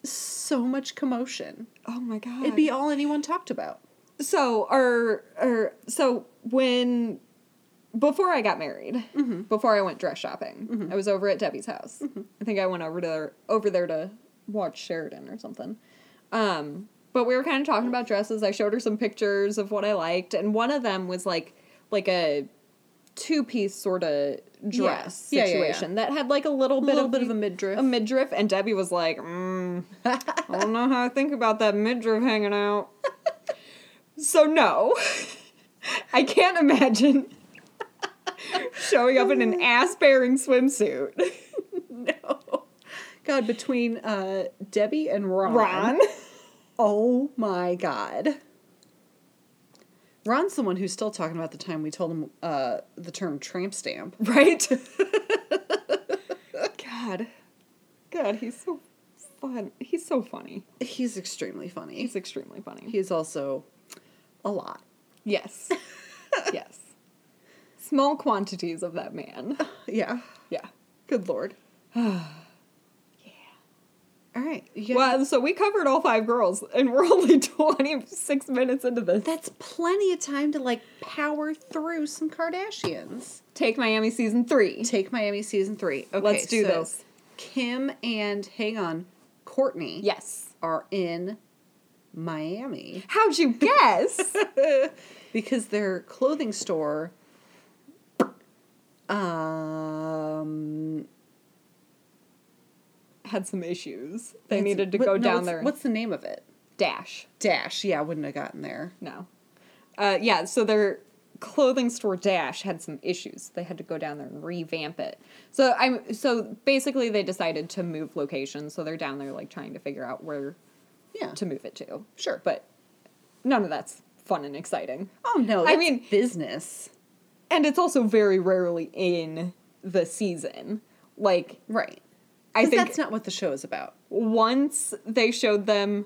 Speaker 2: so much commotion.
Speaker 3: Oh my god!
Speaker 2: It'd be all anyone talked about.
Speaker 3: so or or so when before I got married,
Speaker 2: Mm-hmm.
Speaker 3: before I went dress shopping, I was over at Debbie's house. I think I went over to their, over there to watch Sheridan or something. Um, but we were kind of talking about dresses. I showed her some pictures of what I liked, and one of them was like like a two piece sort of dress
Speaker 2: Yeah, yeah, yeah, yeah.
Speaker 3: situation that had like a little bit
Speaker 2: little
Speaker 3: of
Speaker 2: bit of
Speaker 3: the-
Speaker 2: a midriff.
Speaker 3: a midriff, and Debbie was like, mm, [LAUGHS] I don't know how I think about that midriff hanging out. so no, [LAUGHS] I can't imagine [LAUGHS] showing up in [LAUGHS] an ass bearing swimsuit.
Speaker 2: God, between uh, Debbie and Ron.
Speaker 3: Ron,
Speaker 2: Oh my God. Ron's the one who's still talking about the time we told him uh, the term tramp stamp.
Speaker 3: [LAUGHS] right? [LAUGHS] God, God, he's so fun. He's so funny.
Speaker 2: He's extremely funny.
Speaker 3: He's extremely funny.
Speaker 2: He's also a lot.
Speaker 3: [LAUGHS] Yes, yes. Small quantities of that [SIGHS] man.
Speaker 2: Yeah.
Speaker 3: Yeah.
Speaker 2: Good lord. [SIGHS] yeah. All right. You got-
Speaker 3: Well, so we covered all five girls, and we're [LAUGHS] only 26 minutes into this.
Speaker 2: that's plenty of time to like power through some Kardashians.
Speaker 3: Take Miami season three.
Speaker 2: Take Miami season three. Okay,
Speaker 3: Let's do
Speaker 2: so
Speaker 3: this.
Speaker 2: Kim and hang on, Courtney.
Speaker 3: Yes.
Speaker 2: are in Miami [LAUGHS]
Speaker 3: How'd you guess?
Speaker 2: because their clothing store um
Speaker 3: Had some issues. They
Speaker 2: it's-
Speaker 3: needed to
Speaker 2: what-
Speaker 3: go
Speaker 2: no,
Speaker 3: down
Speaker 2: what's-
Speaker 3: there. and
Speaker 2: What's the name of it?
Speaker 3: dash?
Speaker 2: Dash. Yeah, I wouldn't have gotten there.
Speaker 3: No. Uh, yeah, so their clothing store Dash had some issues. They had to go down there and revamp it. So I'm so basically they decided to move location, so they're down there like trying to figure out where
Speaker 2: Yeah.
Speaker 3: to move it to.
Speaker 2: Sure.
Speaker 3: But none of that's fun and exciting.
Speaker 2: Oh no,
Speaker 3: I
Speaker 2: I
Speaker 3: mean-
Speaker 2: mean business.
Speaker 3: and it's also very rarely in the season. Like
Speaker 2: Right.
Speaker 3: I
Speaker 2: 'Cause
Speaker 3: think
Speaker 2: that's not what the show is about.
Speaker 3: once they showed them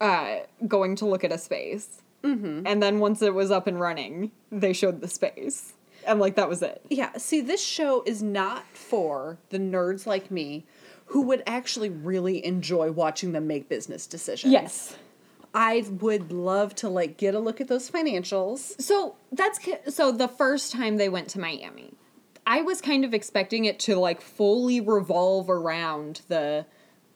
Speaker 3: uh, going to look at a space, mm-hmm. and then once it was up and running, they showed the space, and like that was it.
Speaker 2: Yeah, see this show is not for the nerds like me who would actually really enjoy watching them make business decisions.
Speaker 3: Yes.
Speaker 2: I would love to like get a look at those financials.
Speaker 3: So that's ki- so the first time they went to Miami, I was kind of expecting it to like fully revolve around the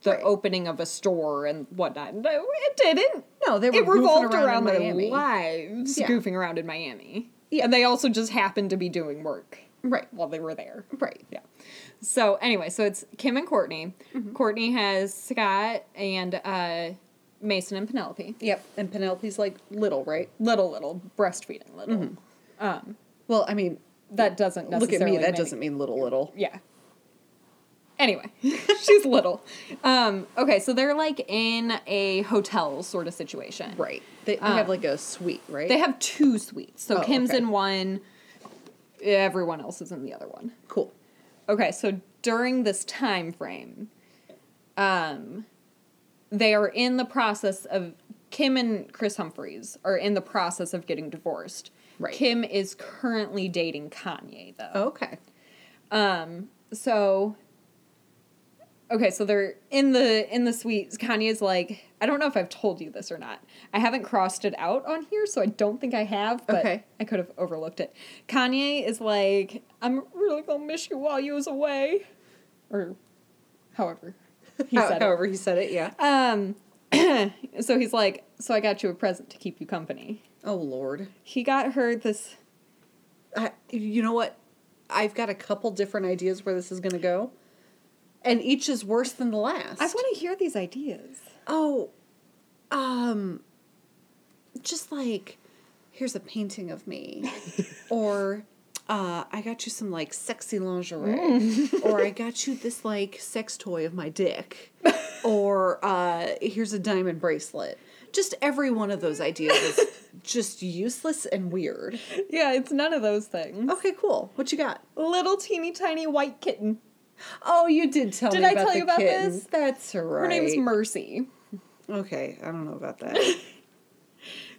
Speaker 3: the opening of a store and whatnot. No, it didn't.
Speaker 2: No, they were
Speaker 3: it
Speaker 2: goofing
Speaker 3: revolved
Speaker 2: around in
Speaker 3: around, their
Speaker 2: Miami.
Speaker 3: lives,
Speaker 2: Yeah.
Speaker 3: goofing around in Miami.
Speaker 2: Yeah.
Speaker 3: And they also just happened to be doing work
Speaker 2: Right.
Speaker 3: while they were there.
Speaker 2: Right.
Speaker 3: Yeah. So anyway, so it's Kim and Courtney.
Speaker 2: Mm-hmm.
Speaker 3: Courtney has Scott and uh, Mason and Penelope.
Speaker 2: Yep, and Penelope's like little, right?
Speaker 3: Little, little breastfeeding, little.
Speaker 2: Mm-hmm. Well, I mean,
Speaker 3: That doesn't
Speaker 2: look
Speaker 3: necessarily
Speaker 2: at me. That
Speaker 3: mean-
Speaker 2: doesn't mean little, little.
Speaker 3: yeah. Anyway, [LAUGHS] she's little. Um, okay, so they're like in a hotel sort of situation.
Speaker 2: Right. They, they have like a suite, right?
Speaker 3: They have two suites. So
Speaker 2: Oh,
Speaker 3: Kim's
Speaker 2: okay.
Speaker 3: in one, everyone else is in the other one.
Speaker 2: cool.
Speaker 3: Okay, so during this time frame, um, they are in the process of Kim and Chris Humphreys are in the process of getting divorced.
Speaker 2: Right.
Speaker 3: Kim is currently dating Kanye though.
Speaker 2: Okay.
Speaker 3: Um, so okay, so they're in the in the suite. Kanye's like, I don't know if I've told you this or not. I haven't crossed it out on here, so I don't think I have, but
Speaker 2: Okay.
Speaker 3: I could have overlooked it. Kanye is like, I'm really gonna miss you while you was away. Or however. He
Speaker 2: How-
Speaker 3: said it.
Speaker 2: however, he said it. Yeah.
Speaker 3: Um [CLEARS THROAT] so he's like, So I got you a present to keep you company.
Speaker 2: oh Lord.
Speaker 3: He got her this
Speaker 2: I, you know what? I've got a couple different ideas where this is going to go, and each is worse than the last.
Speaker 3: I wanna hear these ideas.
Speaker 2: Oh, um, just like here's a painting of [LAUGHS] me, or uh, I got you some like sexy lingerie, or I got you this like sex toy of my [LAUGHS] dick, or uh, here's a diamond bracelet. Just every one of those ideas is just useless and weird.
Speaker 3: Yeah, it's none of those things.
Speaker 2: Okay, cool. What you got?
Speaker 3: little teeny tiny white kitten.
Speaker 2: Oh, you did tell
Speaker 3: Did
Speaker 2: me
Speaker 3: I
Speaker 2: about
Speaker 3: tell
Speaker 2: the
Speaker 3: you about
Speaker 2: kitten.
Speaker 3: this?
Speaker 2: That's right.
Speaker 3: Her name's Mercy.
Speaker 2: [LAUGHS] Okay, I don't know about that.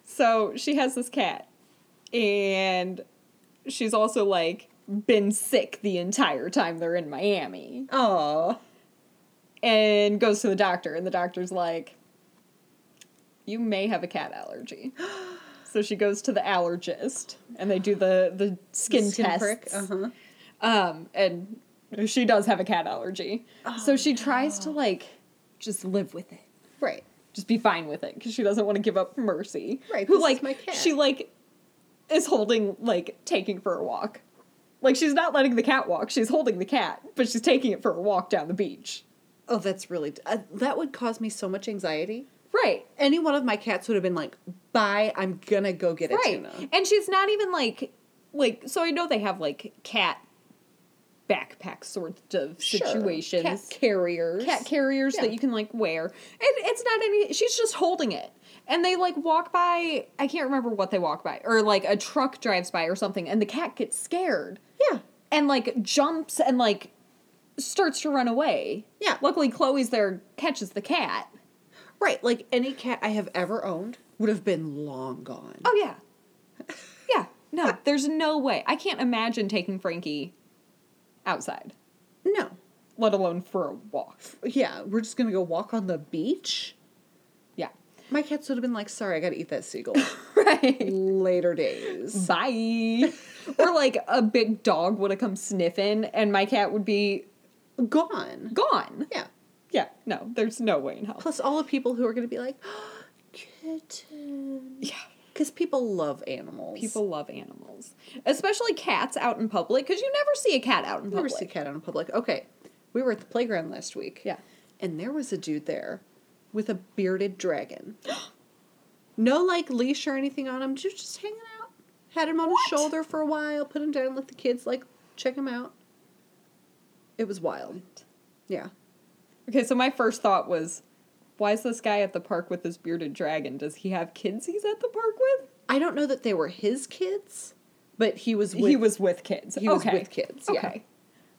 Speaker 3: So she has this cat. and she's also like been sick the entire time they're in Miami.
Speaker 2: Oh.
Speaker 3: and goes to the doctor, and the doctor's like, "You may have a cat allergy." [GASPS] so she goes to the allergist, and they do the the skin, tests.
Speaker 2: Uh-huh.
Speaker 3: Um, and she does have a cat allergy,
Speaker 2: Oh,
Speaker 3: so she tries to like just live with it,
Speaker 2: Right.
Speaker 3: just be fine with it, because she doesn't want to give up Mercy,
Speaker 2: Right,
Speaker 3: Who
Speaker 2: this is
Speaker 3: like
Speaker 2: my cat.
Speaker 3: she like is holding like taking for a walk. Like she's not letting the cat walk. She's holding the cat, but she's taking it for a walk down the beach.
Speaker 2: Oh, that's really uh, that would cause me so much anxiety.
Speaker 3: Right.
Speaker 2: Any one of my cats would have been like, "Bye, I'm gonna go get a tuna."
Speaker 3: And she's not even like like so I know they have like cat backpack sort of
Speaker 2: Sure.
Speaker 3: situations.
Speaker 2: Cat carriers.
Speaker 3: Cat carriers that you can like wear. And it's not any she's just holding it. And they like walk by I can't remember what they walk by or like a truck drives by or something and the cat gets scared
Speaker 2: yeah.
Speaker 3: and like jumps and like starts to run away.
Speaker 2: Yeah.
Speaker 3: Luckily Chloe's there catches the cat.
Speaker 2: Right. Like any cat I have ever owned would have been long gone.
Speaker 3: Oh yeah. Yeah. No, there's no way. I can't imagine taking Frankie outside,
Speaker 2: No.
Speaker 3: let alone for a walk.
Speaker 2: Yeah, we're just gonna go walk on the beach.
Speaker 3: Yeah.
Speaker 2: My cats would have been like, "Sorry, I gotta eat that [LAUGHS] seagull."
Speaker 3: Right.
Speaker 2: Later days.
Speaker 3: Bye. or like a big dog would have come sniffing and my cat would be
Speaker 2: Gone.
Speaker 3: gone.
Speaker 2: Yeah.
Speaker 3: Yeah. No, there's no way in hell.
Speaker 2: Plus all the people who are gonna be like, [GASPS] oh, "Kitten,"
Speaker 3: Yeah.
Speaker 2: because people love animals.
Speaker 3: People love animals, especially cats out in public, because you never see a cat out in
Speaker 2: never
Speaker 3: public.
Speaker 2: see a cat out in public. Okay, we were at the playground last week.
Speaker 3: Yeah.
Speaker 2: and there was a dude there with a bearded dragon. [GASPS] no like leash or anything on him, just just hanging out. Had him on his shoulder for a while, put him down, let the kids like check him out. It was wild. Yeah.
Speaker 3: Okay, so my first thought was, why is this guy at the park with this bearded dragon? Does he have kids he's at the park with?
Speaker 2: I don't know that they were his kids, but he was with
Speaker 3: he was with kids.
Speaker 2: he was
Speaker 3: Okay.
Speaker 2: with kids. Yeah.
Speaker 3: Okay.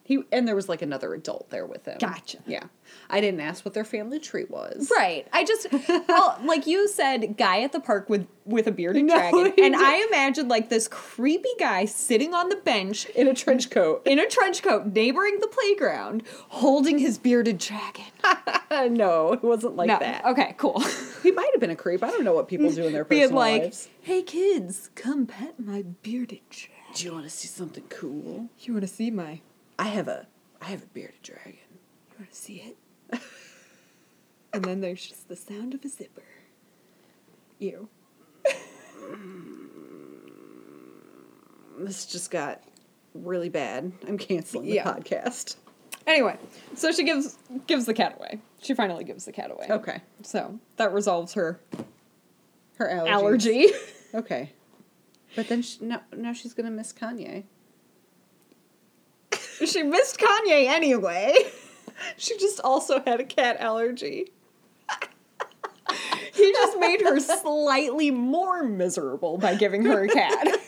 Speaker 2: He and there was like another adult there with him.
Speaker 3: Gotcha.
Speaker 2: Yeah. I didn't ask what their family tree was.
Speaker 3: Right. I just
Speaker 2: [LAUGHS]
Speaker 3: well, like you said, guy at the park with with a bearded
Speaker 2: No,
Speaker 3: dragon,
Speaker 2: he
Speaker 3: and I imagined like this creepy guy sitting on the bench
Speaker 2: In a trench coat.
Speaker 3: in a trench coat, neighboring the playground, holding his bearded
Speaker 2: [LAUGHS]
Speaker 3: dragon.
Speaker 2: no, it wasn't like
Speaker 3: No.
Speaker 2: that.
Speaker 3: Okay. Cool. [LAUGHS]
Speaker 2: He might have been a creep. I don't know what people do [LAUGHS] in their personal
Speaker 3: Being like,
Speaker 2: lives.
Speaker 3: hey kids, come pet my bearded dragon.
Speaker 2: Do you want to see something cool?
Speaker 3: You want to see my?
Speaker 2: I have a I have a bearded dragon.
Speaker 3: You want to see it?
Speaker 2: [LAUGHS]
Speaker 3: and then there's just the sound of a zipper. Ew.
Speaker 2: This just got really bad. I'm canceling the
Speaker 3: Yeah.
Speaker 2: podcast.
Speaker 3: Anyway, so she gives gives the cat away. She finally gives the cat away.
Speaker 2: Okay.
Speaker 3: So that resolves her
Speaker 2: Her allergies.
Speaker 3: allergy. [LAUGHS]
Speaker 2: Okay. But then she, no, now she's gonna miss Kanye.
Speaker 3: she missed Kanye anyway. [LAUGHS] she just also had a cat allergy. [LAUGHS] he just made her slightly more miserable by giving her a cat.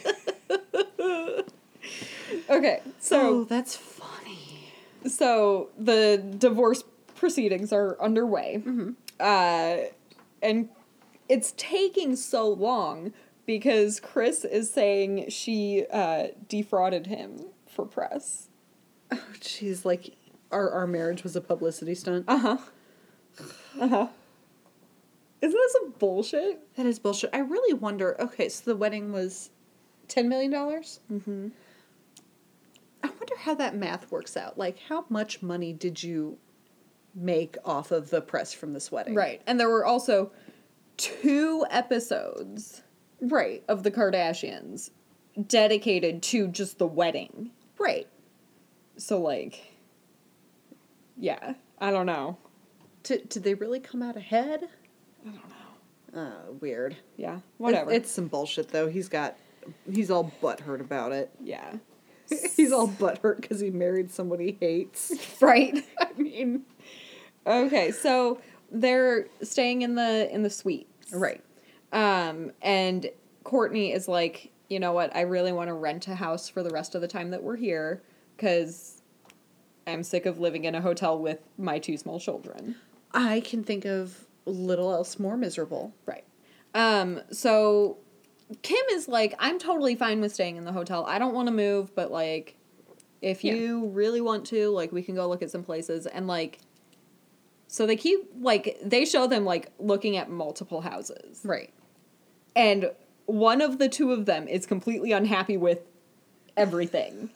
Speaker 3: okay, so
Speaker 2: Oh, that's funny.
Speaker 3: so the divorce proceedings are underway uh, and it's taking so long because chris is saying she uh, defrauded him for press
Speaker 2: [LAUGHS] She's like, our our marriage was a publicity stunt.
Speaker 3: uh-huh uh-huh isn't that some bullshit
Speaker 2: That is bullshit. I really wonder. Okay, so the wedding was ten million dollars. Mm-hmm. I wonder how that math works out. Like, how much money did you make off of the press from this wedding?
Speaker 3: right and there were also two episodes
Speaker 2: right,
Speaker 3: of the kardashians dedicated to just the wedding
Speaker 2: right.
Speaker 3: So like, yeah, I don't know.
Speaker 2: T- did they really come out ahead? I don't know. Uh, weird. It-
Speaker 3: Yeah, whatever.
Speaker 2: it's some bullshit though. He's got, he's all butthurt about it. [LAUGHS]
Speaker 3: yeah,
Speaker 2: he's all butthurt because he married somebody he hates.
Speaker 3: right.
Speaker 2: [LAUGHS] I mean,
Speaker 3: okay, so they're staying in the in the suites,
Speaker 2: right.
Speaker 3: Um, and Courtney is like, you know what? I really want to rent a house for the rest of the time that we're here because I'm sick of living in a hotel with my two small children.
Speaker 2: I can think of little else more miserable.
Speaker 3: Right. Um, so Kim is like, I'm totally fine with staying in the hotel. I don't want to move, but like, if you really want to, like, we can go look at some places. And like, so they keep, like, they show them like looking at multiple houses.
Speaker 2: Right.
Speaker 3: And one of the two of them is completely unhappy with everything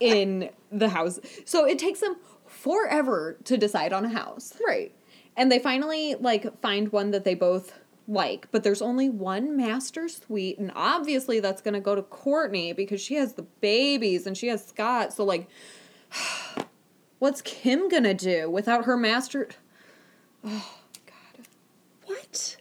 Speaker 3: in the house. So it takes them forever to decide on a house.
Speaker 2: Right.
Speaker 3: And they finally like find one that they both like, but there's only one master suite, and obviously that's gonna go to Courtney because she has the babies and she has Scott. So like, [SIGHS] what's Kim gonna do without her master?
Speaker 2: What?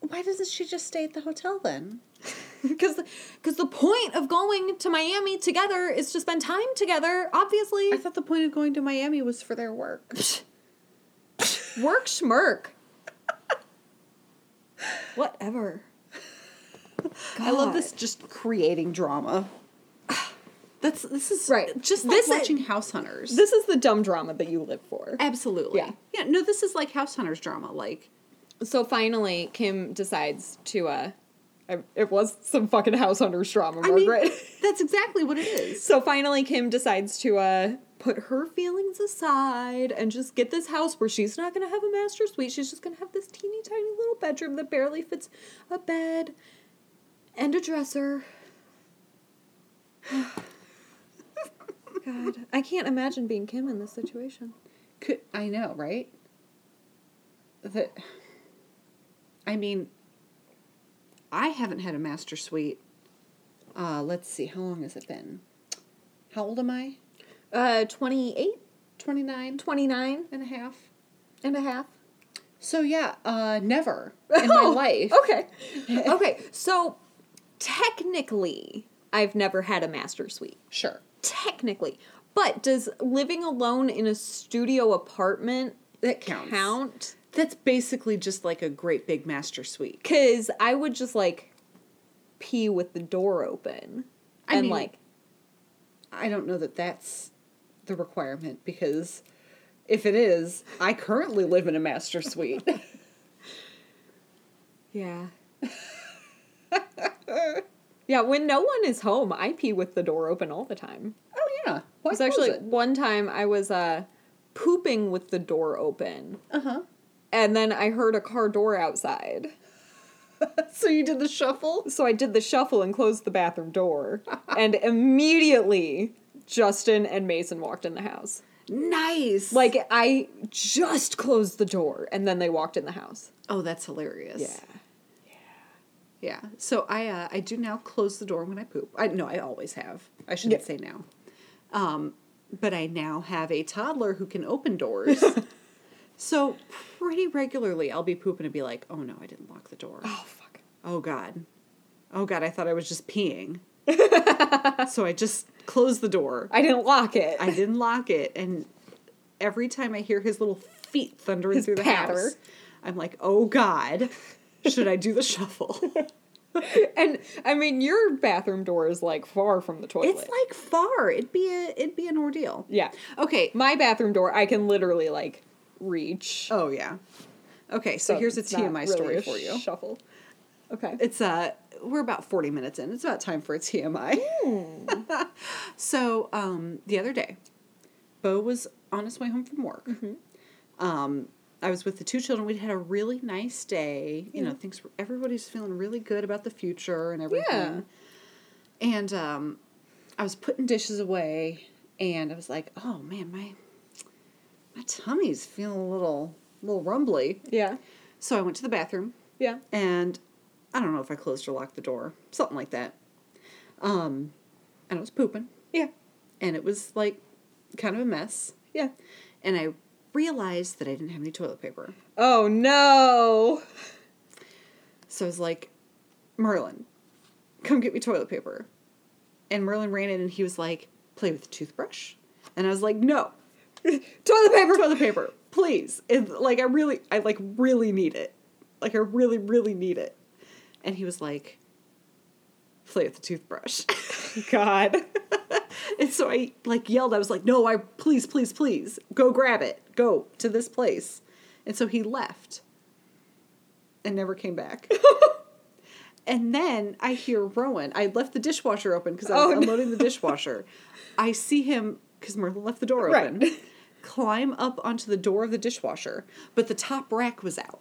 Speaker 2: Why doesn't she just stay at the hotel then?
Speaker 3: [LAUGHS] Because because the point of going to Miami together is to spend time together. Obviously,
Speaker 2: I thought the point of going to Miami was for their work.
Speaker 3: [LAUGHS] Work schmirk. Whatever.
Speaker 2: I love
Speaker 3: God.
Speaker 2: this just creating drama. [SIGHS] That's this is
Speaker 3: Right.
Speaker 2: Just this
Speaker 3: This is-
Speaker 2: like watching House Hunters.
Speaker 3: This is the dumb drama that you live for.
Speaker 2: Absolutely.
Speaker 3: Yeah.
Speaker 2: Yeah. No, this is like House Hunters drama. Like
Speaker 3: So finally, Kim decides to. uh it- It was some fucking house hunters drama,
Speaker 2: I mean,
Speaker 3: Margaret. [LAUGHS]
Speaker 2: that's exactly what it is.
Speaker 3: so finally, Kim decides to uh put her feelings aside and just get this house where she's not gonna have a master suite. She's just gonna have this teeny tiny little bedroom that barely fits a bed and a dresser. [SIGHS] God, I can't imagine being Kim in this situation.
Speaker 2: Could, I know, right? That. I mean, I haven't had a master suite. Uh, let's see, how long has it been? How old am I?
Speaker 3: Uh, 28,
Speaker 2: 29
Speaker 3: 29
Speaker 2: and a half.
Speaker 3: and a half.
Speaker 2: So yeah, uh, never in [LAUGHS] my life.
Speaker 3: Okay. okay. So technically, I've never had a master suite.
Speaker 2: Sure.
Speaker 3: Technically. But does living alone in a studio apartment
Speaker 2: That counts.
Speaker 3: count?
Speaker 2: That's basically just like a great big master suite.
Speaker 3: Because I would just like pee with the door open.
Speaker 2: I
Speaker 3: and
Speaker 2: mean-
Speaker 3: like,
Speaker 2: I don't know that that's the requirement because if it is, I currently live in a master [LAUGHS] suite. Oh,
Speaker 3: yeah. [LAUGHS] yeah, when no one is home, I pee with the door open all the time.
Speaker 2: oh yeah. Why
Speaker 3: It was actually one time I was uh, pooping with the door open.
Speaker 2: uh-huh.
Speaker 3: and then I heard a car door outside.
Speaker 2: [LAUGHS] So you did the shuffle?
Speaker 3: So I did the shuffle and closed the bathroom door. and immediately, Justin and Mason walked in the house.
Speaker 2: Nice.
Speaker 3: Like, I just closed the door, and then they walked in the house.
Speaker 2: Oh, that's hilarious. Yeah. So I uh, I do now close the door when I poop. I no, I always have. I shouldn't
Speaker 3: Yeah.
Speaker 2: say now. Um, but I now have a toddler who can open doors. so pretty regularly I'll be pooping and be like, "Oh no, I didn't lock the door.
Speaker 3: Oh, fuck.
Speaker 2: Oh god. Oh god, I thought I was just peeing." so I just closed the door.
Speaker 3: I didn't lock it.
Speaker 2: I didn't lock it and every time I hear his little feet thundering
Speaker 3: His
Speaker 2: through the
Speaker 3: patter.
Speaker 2: house, I'm like, "Oh god. Should I do the shuffle?"
Speaker 3: [LAUGHS] and I mean, your bathroom door is like far from the toilet.
Speaker 2: [LAUGHS] It's [LAUGHS] like far. It'd be a it'd be an ordeal.
Speaker 3: yeah.
Speaker 2: Okay.
Speaker 3: My bathroom door, I can literally like reach.
Speaker 2: Oh yeah. Okay, so, here's a
Speaker 3: it's not
Speaker 2: TMI story
Speaker 3: really a
Speaker 2: for you.
Speaker 3: Shuffle. Okay.
Speaker 2: It's uh we're about 40 minutes in. It's about time for a TMI. [LAUGHS] so um the other day, Bo was on his way home from work. Um I was with the two children. We'd had a really nice day. You know, things were, everybody's feeling really good about the future and everything.
Speaker 3: Yeah.
Speaker 2: And um I was putting dishes away and I was like, "Oh man, my my tummy's feeling a little little rumbly."
Speaker 3: Yeah.
Speaker 2: So I went to the bathroom
Speaker 3: Yeah.
Speaker 2: and I don't know if I closed or locked the door, something like that. Um, and I was pooping,
Speaker 3: Yeah.
Speaker 2: and it was like kind of a mess.
Speaker 3: Yeah.
Speaker 2: And I realized that I didn't have any toilet paper,
Speaker 3: Oh no.
Speaker 2: so I was like, "Merlin, come get me toilet paper." And Merlin ran in, and he was like, "Play with the toothbrush," and I was like, "No, [LAUGHS]
Speaker 3: Toilet paper.
Speaker 2: toilet paper, please. And, like I really, I like really need it. Like I really, really need it. And he was like, play with the toothbrush.
Speaker 3: [LAUGHS] God.
Speaker 2: [LAUGHS] and so I like yelled. I was like, no, I please, please, please, go grab it. Go to this place. And so he left. and never came
Speaker 3: [LAUGHS]
Speaker 2: back. and then I hear Rowan. I left the dishwasher open because I was
Speaker 3: Oh, no.
Speaker 2: unloading
Speaker 3: [LAUGHS]
Speaker 2: the dishwasher. I see him because Martha left the door
Speaker 3: Right.
Speaker 2: open. Climb up onto the door of the dishwasher, but the top rack was out.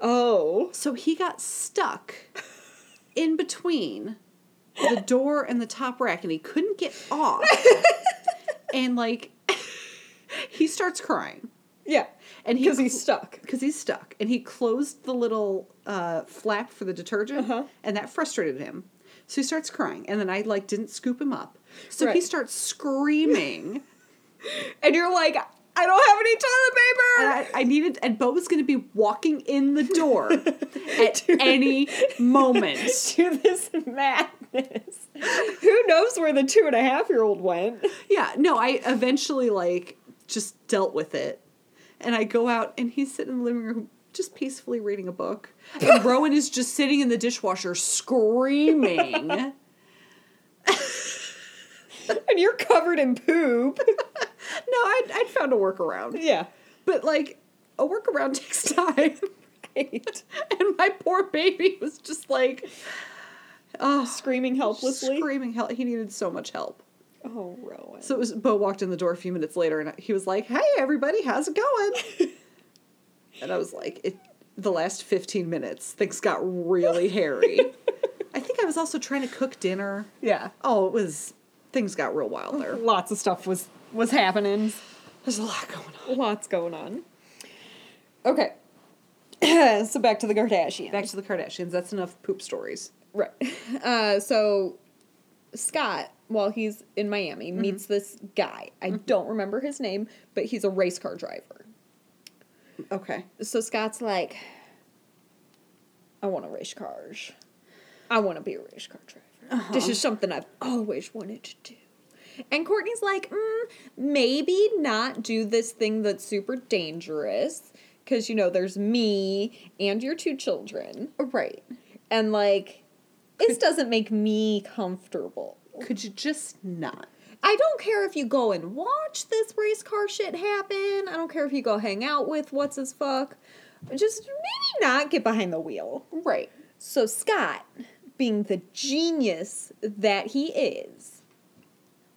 Speaker 3: Oh.
Speaker 2: So he got stuck in between the door and the top rack and he couldn't get
Speaker 3: [LAUGHS]
Speaker 2: off. and like [LAUGHS] he starts crying
Speaker 3: Yeah.
Speaker 2: And he
Speaker 3: because
Speaker 2: cl-
Speaker 3: he's stuck.
Speaker 2: because he's stuck and he closed the little uh, flap for the detergent
Speaker 3: Uh-huh.
Speaker 2: and that frustrated him. So he starts crying and then I like didn't scoop him up. So he
Speaker 3: Right.
Speaker 2: starts
Speaker 3: [LAUGHS]
Speaker 2: screaming.
Speaker 3: And you're like, I don't have any toilet
Speaker 2: and
Speaker 3: paper.
Speaker 2: I, I needed and Bo was going to be walking in the door
Speaker 3: [LAUGHS]
Speaker 2: at any moment.
Speaker 3: to [LAUGHS] this madness. Who knows where the two and a half year old went?
Speaker 2: Yeah, no, I eventually like just dealt with it. And I go out and he's sitting in the living room just peacefully reading a book. [LAUGHS] And Rowan is just sitting in the dishwasher screaming.
Speaker 3: And you're covered in poop.
Speaker 2: No, I'd, I'd found a workaround.
Speaker 3: yeah.
Speaker 2: But like, a workaround [LAUGHS] takes time.
Speaker 3: Right.
Speaker 2: And my poor baby was just like
Speaker 3: [LAUGHS] Screaming helplessly.
Speaker 2: screaming help. He needed so much help.
Speaker 3: oh, Rowan.
Speaker 2: So it was Bo walked in the door a few minutes later and he was like, Hey everybody, how's it going? [LAUGHS] and I was like, it the last fifteen minutes, things got really [LAUGHS] hairy. I think I was also trying to cook dinner.
Speaker 3: yeah.
Speaker 2: Oh, it was things got real wild there.
Speaker 3: Lots of stuff was was happening.
Speaker 2: There's a lot going on.
Speaker 3: Lots going on. Okay. [CLEARS THROAT] so back to the Kardashians.
Speaker 2: Back to the Kardashians, that's enough poop stories.
Speaker 3: Right. [LAUGHS] Uh, so Scott, while he's in Miami, meets this guy. I don't remember his name, but he's a race car driver.
Speaker 2: Okay.
Speaker 3: So Scott's like, I want to race cars. I want to be a race car driver. This is something I've always wanted to do. And Courtney's like, mm, maybe not do this thing that's super dangerous. Because, you know, there's me and your two children.
Speaker 2: Right.
Speaker 3: And like, this doesn't make me comfortable.
Speaker 2: Could you just not?
Speaker 3: I don't care if you go and watch this race car shit happen. I don't care if you go hang out with what's his fuck. Just maybe not get behind the wheel.
Speaker 2: Right.
Speaker 3: So Scott, being the genius that he is,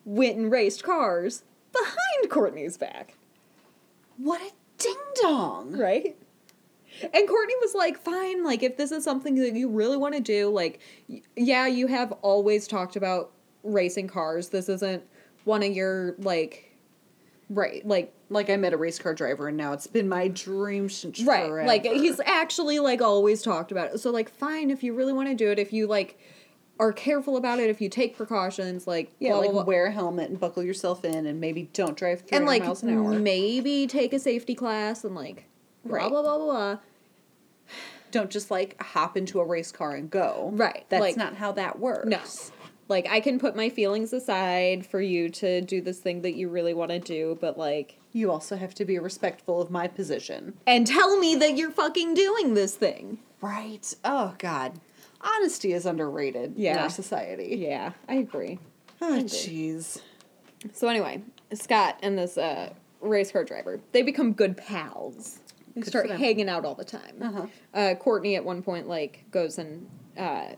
Speaker 3: went and raced cars behind Courtney's back,
Speaker 2: What a ding dong.
Speaker 3: right? And Courtney was like, fine, like, if this is something that you really want to do, like, y- yeah, you have always talked about racing cars. This isn't one of your, like,
Speaker 2: Right.
Speaker 3: like
Speaker 2: Like I met a race car driver and now it's been my dream since
Speaker 3: right
Speaker 2: forever.
Speaker 3: like he's actually like always talked about it so like fine if you really want to do it if you like are careful about it if you take precautions like
Speaker 2: Yeah,
Speaker 3: blah,
Speaker 2: like
Speaker 3: blah, blah.
Speaker 2: wear a helmet and buckle yourself in, and maybe don't drive three
Speaker 3: and like
Speaker 2: miles an hour.
Speaker 3: maybe take a safety class and like blah
Speaker 2: Right.
Speaker 3: blah blah blah, blah.
Speaker 2: don't just like hop into a race car and go.
Speaker 3: Right,
Speaker 2: that's
Speaker 3: like-
Speaker 2: not how that works.
Speaker 3: no like i can put my feelings aside for you to do this thing that you really want to do but like
Speaker 2: you also have to be respectful of my position.
Speaker 3: and tell me that you're fucking doing this thing
Speaker 2: Right? Oh God, honesty is underrated in
Speaker 3: Yeah.
Speaker 2: our society.
Speaker 3: yeah i agree
Speaker 2: Oh jeez.
Speaker 3: so anyway scott and this uh race car driver they become good pals they
Speaker 2: for
Speaker 3: start
Speaker 2: them.
Speaker 3: hanging out all the time
Speaker 2: Uh-huh.
Speaker 3: uh, Courtney at one point like goes and uh,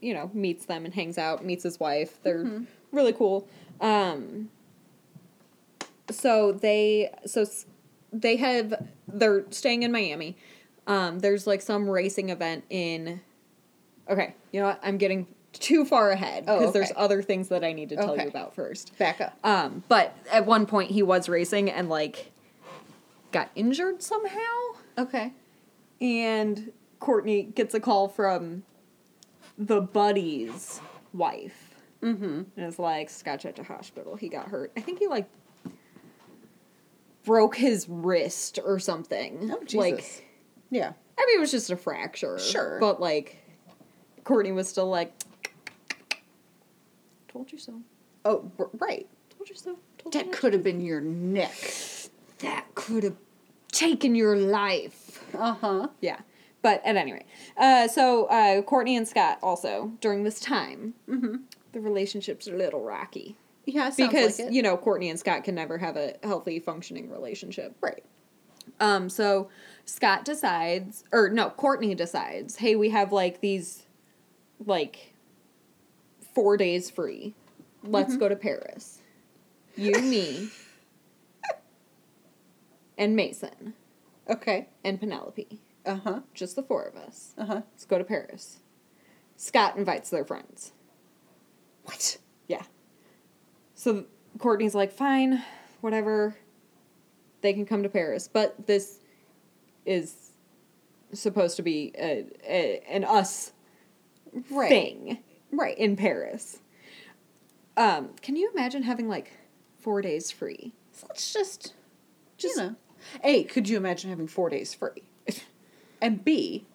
Speaker 3: you know meets them and hangs out, meets his wife. They're
Speaker 2: Mm-hmm.
Speaker 3: really cool. Um, so they so s- they have they're staying in Miami. Um, there's like some racing event in. Okay, you know what? I'm getting too far ahead
Speaker 2: Oh,
Speaker 3: because there's
Speaker 2: okay.
Speaker 3: other things that I need to tell
Speaker 2: Okay.
Speaker 3: you about first.
Speaker 2: Back up.
Speaker 3: Um, but at one point he was racing and like got injured somehow
Speaker 2: Okay.
Speaker 3: and Courtney gets a call from the buddy's wife. Mm-hmm. And is like, Scotch at the hospital. He got hurt. I think he like broke his wrist or something.
Speaker 2: Oh Jesus.
Speaker 3: Like,
Speaker 2: yeah.
Speaker 3: I mean, it was just a fracture.
Speaker 2: Sure.
Speaker 3: But like, Courtney was still like, told you so.
Speaker 2: Oh r- right.
Speaker 3: Told you so. Told you
Speaker 2: That could have been your neck.
Speaker 3: that could have taken your life.
Speaker 2: Uh huh.
Speaker 3: Yeah. But at any rate, uh, so uh, Courtney and Scott also during this time, the relationship's a little rocky
Speaker 2: Yeah. Sounds
Speaker 3: because
Speaker 2: like it.
Speaker 3: you know Courtney and Scott can never have a healthy, functioning relationship.
Speaker 2: right.
Speaker 3: Um, so Scott decides, or no, Courtney decides, hey, we have like these, like, four days free. Let's go to Paris. You, me, and Mason,
Speaker 2: Okay.
Speaker 3: and Penelope.
Speaker 2: Uh huh.
Speaker 3: Just the four of us.
Speaker 2: Uh huh.
Speaker 3: Let's go to Paris. Scott invites their friends.
Speaker 2: What?
Speaker 3: Yeah. So Courtney's like, fine, whatever. They can come to Paris, but this is supposed to be a, a, an us
Speaker 2: Right.
Speaker 3: thing
Speaker 2: Right.
Speaker 3: in Paris. Um, can you imagine having like four days free?
Speaker 2: So let's just,
Speaker 3: Just-
Speaker 2: you know. A, could you imagine having four days free? and B,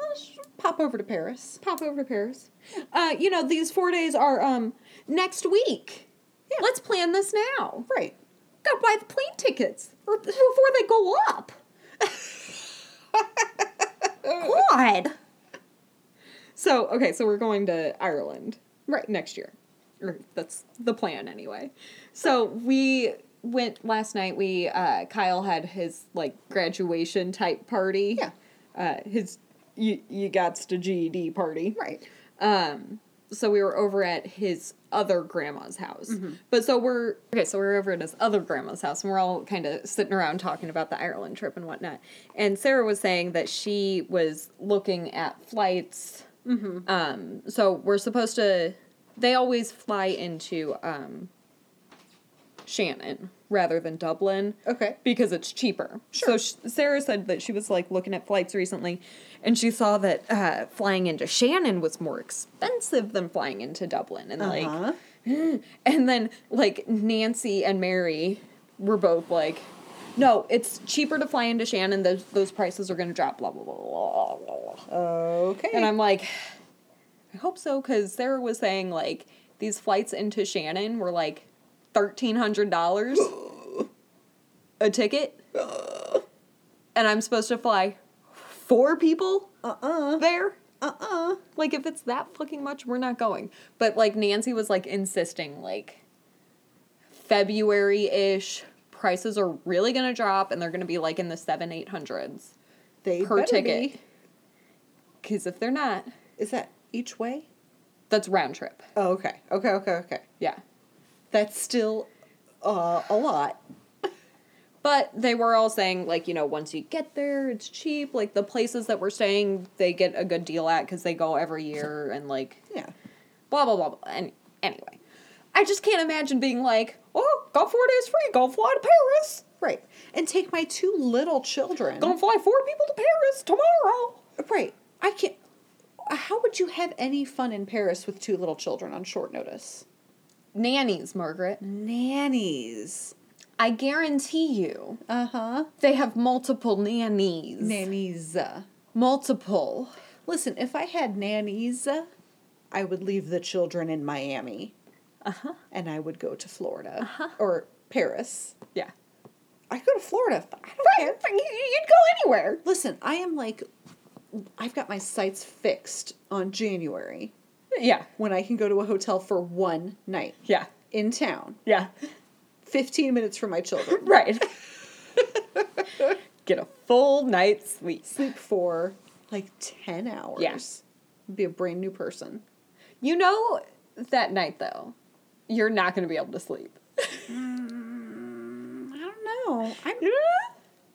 Speaker 2: let's pop over to Paris.
Speaker 3: [LAUGHS] Pop over to Paris. Uh, you know these four days are um next week.
Speaker 2: Yeah.
Speaker 3: Let's plan this now.
Speaker 2: Right.
Speaker 3: Gotta buy the plane tickets or- before they go up. God. So okay, so we're going to Ireland right next year, or that's the plan anyway. So we went last night. We uh, Kyle had his like graduation type party.
Speaker 2: Yeah.
Speaker 3: Uh, his you you got to GED party.
Speaker 2: Right.
Speaker 3: Um, so we were over at his other grandma's house. But so we're okay, so we're over at his other grandma's house and we're all kind of sitting around talking about the Ireland trip and whatnot. And Sarah was saying that she was looking at flights. Um, so we're supposed to they always fly into um Shannon rather than Dublin
Speaker 2: Okay.
Speaker 3: because it's cheaper. So sh Sarah said that she was like looking at flights recently, and she saw that uh, flying into Shannon was more expensive than flying into Dublin, and
Speaker 2: Uh-huh.
Speaker 3: like, and then like Nancy and Mary were both like, no, it's cheaper to fly into Shannon. Those those prices are going to drop. Blah blah blah blah blah. blah.
Speaker 2: Okay.
Speaker 3: And I'm like, I hope so, because Sarah was saying like these flights into Shannon were like thirteen hundred dollars a ticket, and I'm supposed to fly four people
Speaker 2: uh-uh.
Speaker 3: there.
Speaker 2: Uh-uh.
Speaker 3: Like if it's that fucking much, we're not going. But like Nancy was like insisting like February ish prices are really gonna drop, and they're gonna be like in the seven eight hundreds
Speaker 2: They
Speaker 3: per
Speaker 2: better
Speaker 3: ticket.
Speaker 2: be.
Speaker 3: Because if they're not,
Speaker 2: Is that each way?
Speaker 3: that's round trip.
Speaker 2: Oh, okay. Okay, okay, okay.
Speaker 3: Yeah.
Speaker 2: That's still uh, a lot.
Speaker 3: But they were all saying, like, you know, once you get there, it's cheap. Like, the places that we're staying, they get a good deal at because they go every year and, like,
Speaker 2: Yeah.
Speaker 3: blah, blah, blah, blah. And anyway, I just can't imagine being like, oh, got four days free, go fly to Paris.
Speaker 2: Right. And take my two little children.
Speaker 3: Gonna fly four people to Paris tomorrow.
Speaker 2: Right. I can't. How would you have any fun in Paris with two little children on short notice?
Speaker 3: Nannies, Margaret.
Speaker 2: Nannies.
Speaker 3: I guarantee you
Speaker 2: Uh huh.
Speaker 3: they have multiple nannies.
Speaker 2: Nannies.
Speaker 3: multiple.
Speaker 2: Listen, if I had nannies, I would leave the children in Miami.
Speaker 3: Uh-huh.
Speaker 2: Uh huh. And I would go to Florida. Or Paris.
Speaker 3: Yeah.
Speaker 2: I go to Florida. I don't care.
Speaker 3: You- [LAUGHS] You'd go anywhere.
Speaker 2: Listen, I am like, I've got my sights fixed on January
Speaker 3: Yeah.
Speaker 2: when I can go to a hotel for one night
Speaker 3: Yeah.
Speaker 2: in town,
Speaker 3: Yeah.
Speaker 2: 15 minutes for my
Speaker 3: [LAUGHS]
Speaker 2: children,
Speaker 3: Right. Get a full night's sleep.
Speaker 2: sleep for like 10 hours. Be a brand new person.
Speaker 3: You know that night though, you're not going to be able to sleep.
Speaker 2: I don't know. I'm,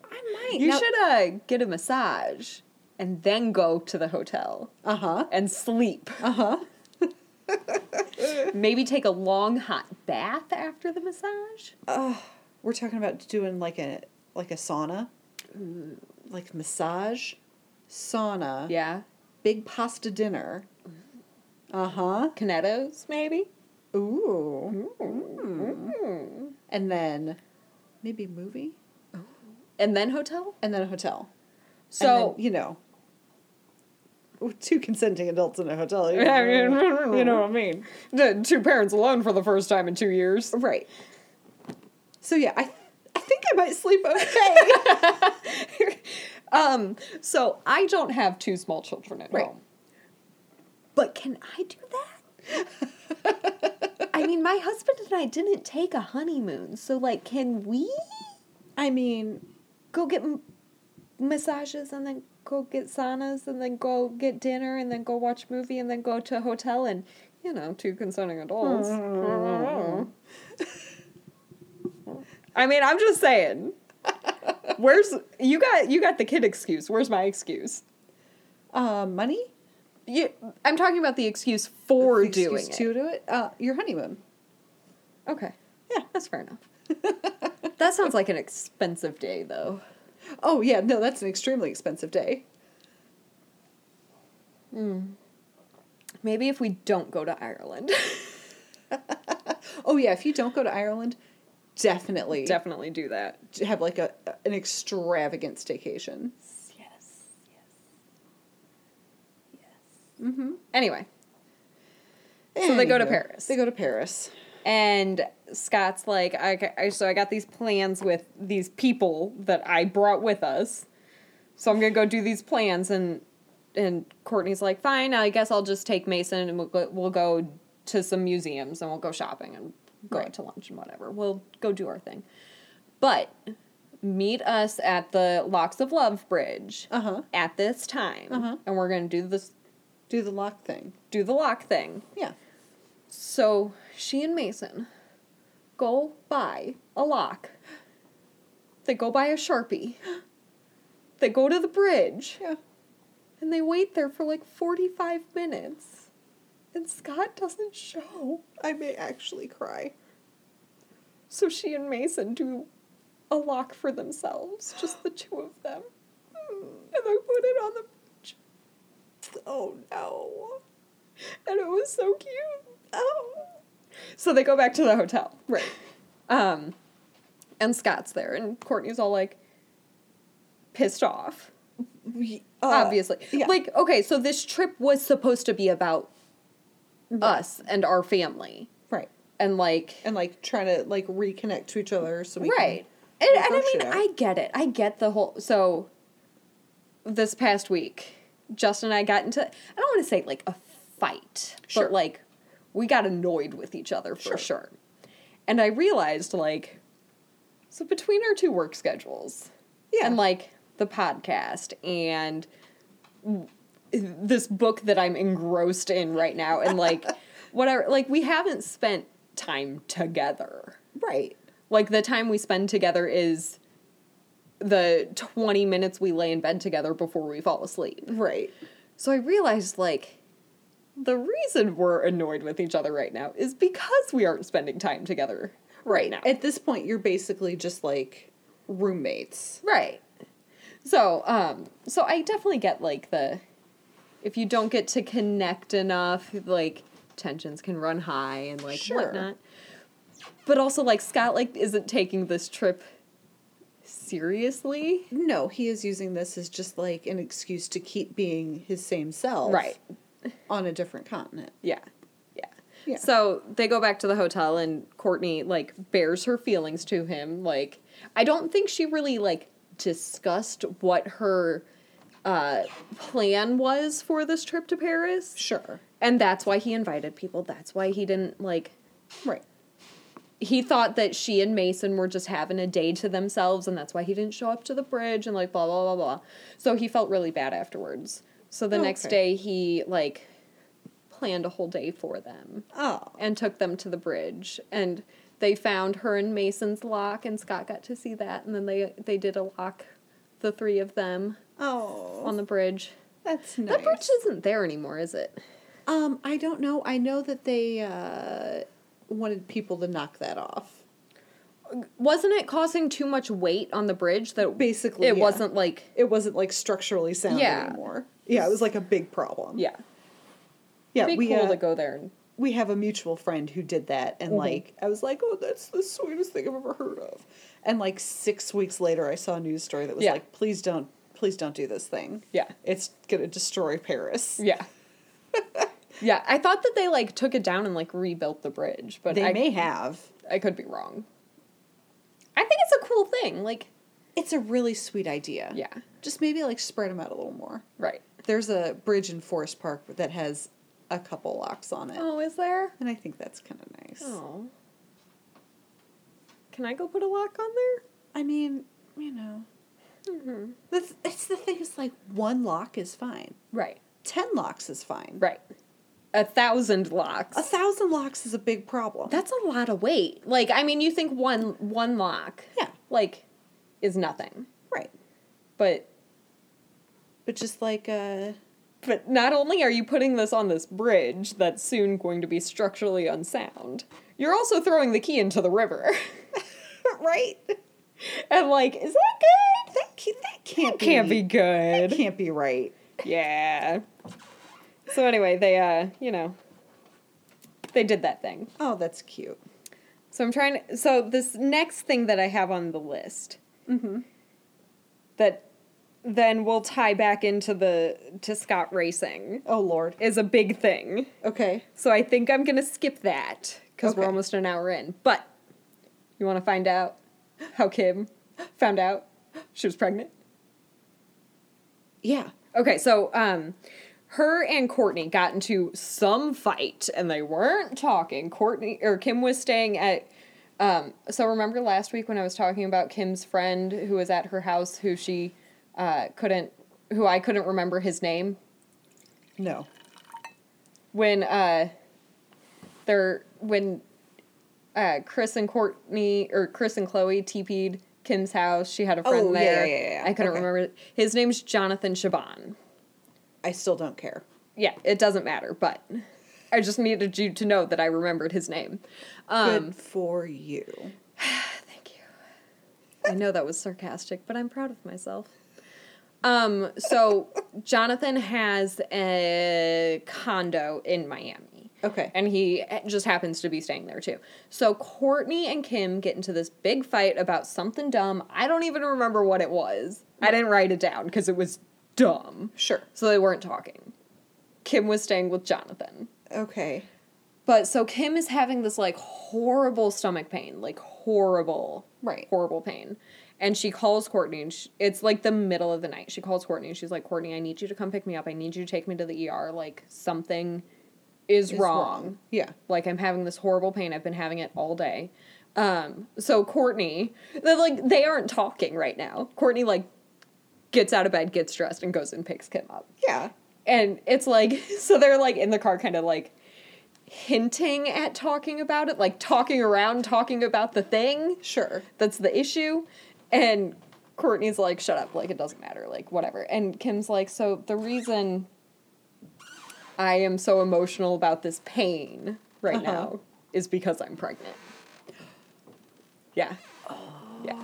Speaker 2: I might.
Speaker 3: You should uh, get a massage and then go to the hotel
Speaker 2: Uh huh.
Speaker 3: and sleep. Uh huh. [LAUGHS] Maybe take a long hot bath after the massage.
Speaker 2: Uh. Ah, We're talking about doing like a like a sauna, like massage, sauna,
Speaker 3: Yeah.
Speaker 2: big pasta dinner. Uh huh.
Speaker 3: Canettos, maybe.
Speaker 2: Ooh. And then maybe a movie
Speaker 3: And then hotel.
Speaker 2: and then a hotel.
Speaker 3: So
Speaker 2: and then, you know, with two consenting adults in a
Speaker 3: [LAUGHS]
Speaker 2: hotel. You know, you know what I mean?
Speaker 3: the two parents alone for the first time in two years.
Speaker 2: Right. So yeah, I I think I might sleep
Speaker 3: [LAUGHS]
Speaker 2: okay.
Speaker 3: Um, so I don't have two small children at
Speaker 2: Right.
Speaker 3: home. But can I do that? I mean, my husband and I didn't take a honeymoon, so like, can we?
Speaker 2: I mean,
Speaker 3: go get m- massages and then go get saunas and then go get dinner and then go watch a movie and then go to a hotel and, you know, two consenting adults. [LAUGHS] I mean, I'm just saying. Where's you got you got the kid excuse. Where's my excuse?
Speaker 2: Uh, money?
Speaker 3: You, I'm talking about the excuse for
Speaker 2: Excuse
Speaker 3: doing it.
Speaker 2: to do it? Uh, your honeymoon.
Speaker 3: Okay. Yeah, that's fair enough. [LAUGHS] that sounds like an expensive day, though.
Speaker 2: Oh, yeah, no, that's an extremely expensive day.
Speaker 3: Maybe if we don't go to [LAUGHS] Ireland,
Speaker 2: Oh, yeah, if you don't go to Ireland, definitely
Speaker 3: definitely do that.
Speaker 2: have like a an extravagant staycation.
Speaker 3: Mm-hmm. Anyway, So they go to Paris.
Speaker 2: They go to Paris.
Speaker 3: and Scott's like, I, ca- I so I got these plans with these people that I brought with us, so I'm gonna go do these plans. And and Courtney's like, fine, I guess I'll just take Mason and we'll go, we'll go to some museums and we'll go shopping and go out to lunch and whatever. We'll go do our thing, but meet us at the Locks of Love Bridge
Speaker 2: Uh-huh.
Speaker 3: at this time,
Speaker 2: Uh-huh.
Speaker 3: and we're gonna do this
Speaker 2: Do the lock thing.
Speaker 3: do the lock thing.
Speaker 2: Yeah.
Speaker 3: So she and Mason go buy a lock. They go buy a Sharpie. They go to the bridge
Speaker 2: Yeah.
Speaker 3: and they wait there for like 45 minutes. And Scott doesn't show.
Speaker 2: I may actually cry.
Speaker 3: So she and Mason do a lock for themselves, just the two of them. Hmm. And they put it on the bridge.
Speaker 2: Oh no.
Speaker 3: And it was so cute. Oh. So they go back to the hotel.
Speaker 2: Right.
Speaker 3: Um, and Scott's there, and Courtney's all like pissed off.
Speaker 2: We- uh,
Speaker 3: obviously,
Speaker 2: Oh, yeah.
Speaker 3: like okay, so this trip was supposed to be about us and our family,
Speaker 2: Right.
Speaker 3: and like
Speaker 2: And like trying to like reconnect to each other so we can-
Speaker 3: right. And, and I
Speaker 2: work
Speaker 3: mean,
Speaker 2: shit out.
Speaker 3: I get it. I get the whole. So this past week, Justin and I got into. I don't want to say like a fight,
Speaker 2: Sure.
Speaker 3: but like we got annoyed with each other
Speaker 2: Sure.
Speaker 3: for sure. And I realized like, so between our two work schedules,
Speaker 2: Yeah.
Speaker 3: and like the podcast and this book that I'm engrossed in right now, and like whatever, like we haven't spent time together
Speaker 2: right.
Speaker 3: like the time we spend together is the 20 minutes we lay in bed together before we fall asleep.
Speaker 2: Right.
Speaker 3: So I realized like the reason we're annoyed with each other right now is because we aren't spending time together right now.
Speaker 2: At this point you're basically just like roommates.
Speaker 3: right. So, um so I definitely get like the if you don't get to connect enough, like tensions can run high and like
Speaker 2: Sure.
Speaker 3: whatnot. But also like Scott like isn't taking this trip seriously.
Speaker 2: No, he is using this as just like an excuse to keep being his same self.
Speaker 3: Right.
Speaker 2: On a different continent.
Speaker 3: Yeah. Yeah.
Speaker 2: Yeah.
Speaker 3: So they go back to the hotel and Courtney like bears her feelings to him. Like I don't think she really like discussed what her uh plan was for this trip to Paris.
Speaker 2: Sure.
Speaker 3: And that's why he invited people. That's why he didn't like
Speaker 2: Right.
Speaker 3: he thought that she and Mason were just having a day to themselves, and that's why he didn't show up to the bridge and like blah blah blah blah. So he felt really bad afterwards. So the next
Speaker 2: Okay.
Speaker 3: day he like planned a whole day for them
Speaker 2: Oh.
Speaker 3: and took them to the bridge and they found her and Mason's lock and Scott got to see that and then they they did a lock the three of them
Speaker 2: Oh.
Speaker 3: on the bridge.
Speaker 2: that's nice.
Speaker 3: That bridge isn't there anymore, is it?
Speaker 2: Um, I don't know. I know that they uh, wanted people to knock that off.
Speaker 3: Wasn't it causing too much weight on the bridge that
Speaker 2: Basically,
Speaker 3: it
Speaker 2: yeah.
Speaker 3: wasn't like
Speaker 2: It wasn't like structurally sound
Speaker 3: Yeah.
Speaker 2: anymore. Yeah, it was like a big problem.
Speaker 3: yeah.
Speaker 2: yeah.
Speaker 3: It'd be
Speaker 2: we
Speaker 3: cool
Speaker 2: uh,
Speaker 3: to go Mm-hmm. there and
Speaker 2: we have a mutual friend who did that, and like I was like, oh, that's the sweetest thing I've ever heard of. And like six weeks later, I saw a news story that was
Speaker 3: Yeah.
Speaker 2: like, please don't, please don't do this thing.
Speaker 3: Yeah. Mm,
Speaker 2: it's gonna destroy Paris.
Speaker 3: Yeah. yeah, I thought that they like took it down and like rebuilt the bridge, but
Speaker 2: They
Speaker 3: I
Speaker 2: may have.
Speaker 3: I could be wrong. I think it's a cool thing. Like,
Speaker 2: It's a really sweet idea.
Speaker 3: yeah,
Speaker 2: just maybe like spread them out a little more.
Speaker 3: right.
Speaker 2: There's a bridge in Forest Park that has a couple locks on it.
Speaker 3: Oh, is there?
Speaker 2: And I think that's kind of nice.
Speaker 3: Oh. Can I go put a lock on there?
Speaker 2: I mean, you know,
Speaker 3: Mm-hmm.
Speaker 2: That's, that's the thing. It's like one lock is fine.
Speaker 3: Right.
Speaker 2: Ten locks is fine.
Speaker 3: Right. A thousand locks.
Speaker 2: A thousand locks is a big problem.
Speaker 3: That's a lot of weight. Like, I mean, you think one one lock,
Speaker 2: Yeah.
Speaker 3: like, is nothing,
Speaker 2: right.
Speaker 3: but
Speaker 2: But just like
Speaker 3: [LAUGHS]
Speaker 2: uh
Speaker 3: but not only are you putting this on this bridge that's soon going to be structurally unsound, you're also throwing the key into the river. [LAUGHS]
Speaker 2: right?
Speaker 3: and like, is that good?
Speaker 2: That can't, that can't be,
Speaker 3: Can't be
Speaker 2: that
Speaker 3: good.
Speaker 2: can't be right.
Speaker 3: Yeah. So anyway, they uh, you know, they did that thing.
Speaker 2: Oh, that's cute.
Speaker 3: So I'm trying to. So this next thing that I have on the list,
Speaker 2: Mm-hmm.
Speaker 3: that then will tie back into the to Scott Racing
Speaker 2: Oh lord.
Speaker 3: is a big thing.
Speaker 2: Okay.
Speaker 3: So I think I'm gonna skip that because we're
Speaker 2: Okay.
Speaker 3: almost an hour in. But you want to find out how Kim found out she was pregnant?
Speaker 2: Yeah.
Speaker 3: Okay, so um her and Courtney got into some fight and they weren't talking. Courtney or Kim was staying at um so remember last week when I was talking about Kim's friend who was at her house who she uh couldn't who I couldn't remember his name
Speaker 2: No.
Speaker 3: when uh they're when uh Chris and Courtney or Chris and Chloe TP'd Kim's house. She had a friend
Speaker 2: Oh, yeah,
Speaker 3: there.
Speaker 2: yeah, yeah, yeah.
Speaker 3: I couldn't
Speaker 2: Okay.
Speaker 3: remember his name's Jonathan Shaban.
Speaker 2: I still don't care.
Speaker 3: yeah, it doesn't matter, but I just needed you to know that I remembered his name. Um,
Speaker 2: Good for you.
Speaker 3: Thank you. I know that was sarcastic, but I'm proud of myself. Um, so Jonathan has a condo in Miami.
Speaker 2: Okay.
Speaker 3: And he eh, just happens to be staying there too. So Courtney and Kim get into this big fight about something dumb. I don't even remember what it was. I didn't write it down because it was dumb.
Speaker 2: Sure.
Speaker 3: So they weren't talking. Kim was staying with Jonathan.
Speaker 2: Okay.
Speaker 3: But so Kim is having this like horrible stomach pain, like horrible,
Speaker 2: Right.
Speaker 3: Horrible pain. And she calls Courtney and she, it's like the middle of the night. She calls Courtney and she's like, "Courtney, I need you to come pick me up. I need you to take me to the ER. Like something is,
Speaker 2: It's
Speaker 3: wrong.
Speaker 2: Yeah.
Speaker 3: Like I'm having this horrible pain. I've been having it all day." Um, so Courtney, they're like they aren't talking right now. Courtney like gets out of bed, gets dressed and goes and picks Kim up
Speaker 2: Yeah.
Speaker 3: and it's like [LAUGHS] so they're like in the car kind of like hinting at talking about it like talking around talking about the thing
Speaker 2: Sure.
Speaker 3: that's the issue and courtney's like shut up like it doesn't matter like whatever and kim's like so the reason i am so emotional about this pain right now is because i'm pregnant yeah yeah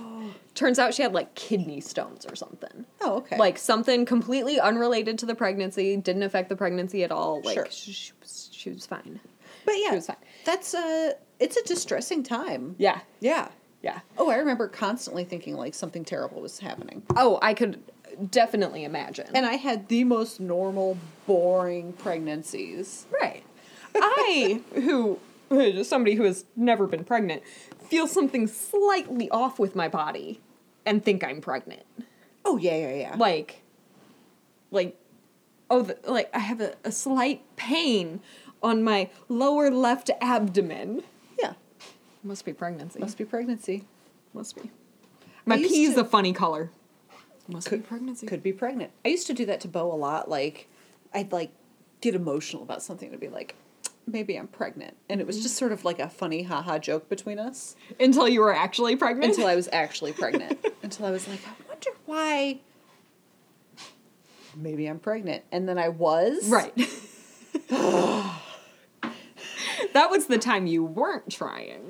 Speaker 3: turns out she had like kidney stones or something
Speaker 2: Oh, okay.
Speaker 3: like something completely unrelated to the pregnancy, didn't affect the pregnancy at all. Like
Speaker 2: Sure.
Speaker 3: she, she, was, she was fine.
Speaker 2: But yeah.
Speaker 3: She was fine.
Speaker 2: That's a it's a distressing time.
Speaker 3: Yeah,
Speaker 2: Yeah.
Speaker 3: yeah.
Speaker 2: Oh, I remember constantly thinking like something terrible was happening.
Speaker 3: Oh, I could definitely imagine.
Speaker 2: And I had the most normal, boring pregnancies.
Speaker 3: right, I who who- somebody who has never been pregnant feel something slightly off with my body and think I'm pregnant.
Speaker 2: Oh yeah, yeah, yeah.
Speaker 3: Like, like, oh, the, like I have a, a slight pain on my lower left abdomen.
Speaker 2: yeah.
Speaker 3: Must be pregnancy.
Speaker 2: Must be pregnancy.
Speaker 3: Must be. My
Speaker 2: used
Speaker 3: pea is
Speaker 2: to-
Speaker 3: a funny color. Must be pregnancy.
Speaker 2: Could be pregnant. I used to do that to Bo a lot. Like I'd like get emotional about something to be like, maybe I'm pregnant. And it was just sort of like a funny haha joke between us.
Speaker 3: [LAUGHS] Until you were actually pregnant.
Speaker 2: until I was actually pregnant. until I was like, I wonder why. Maybe I'm pregnant, and then I was
Speaker 3: right. [LAUGHS] that was the time you weren't trying.
Speaker 2: [LAUGHS]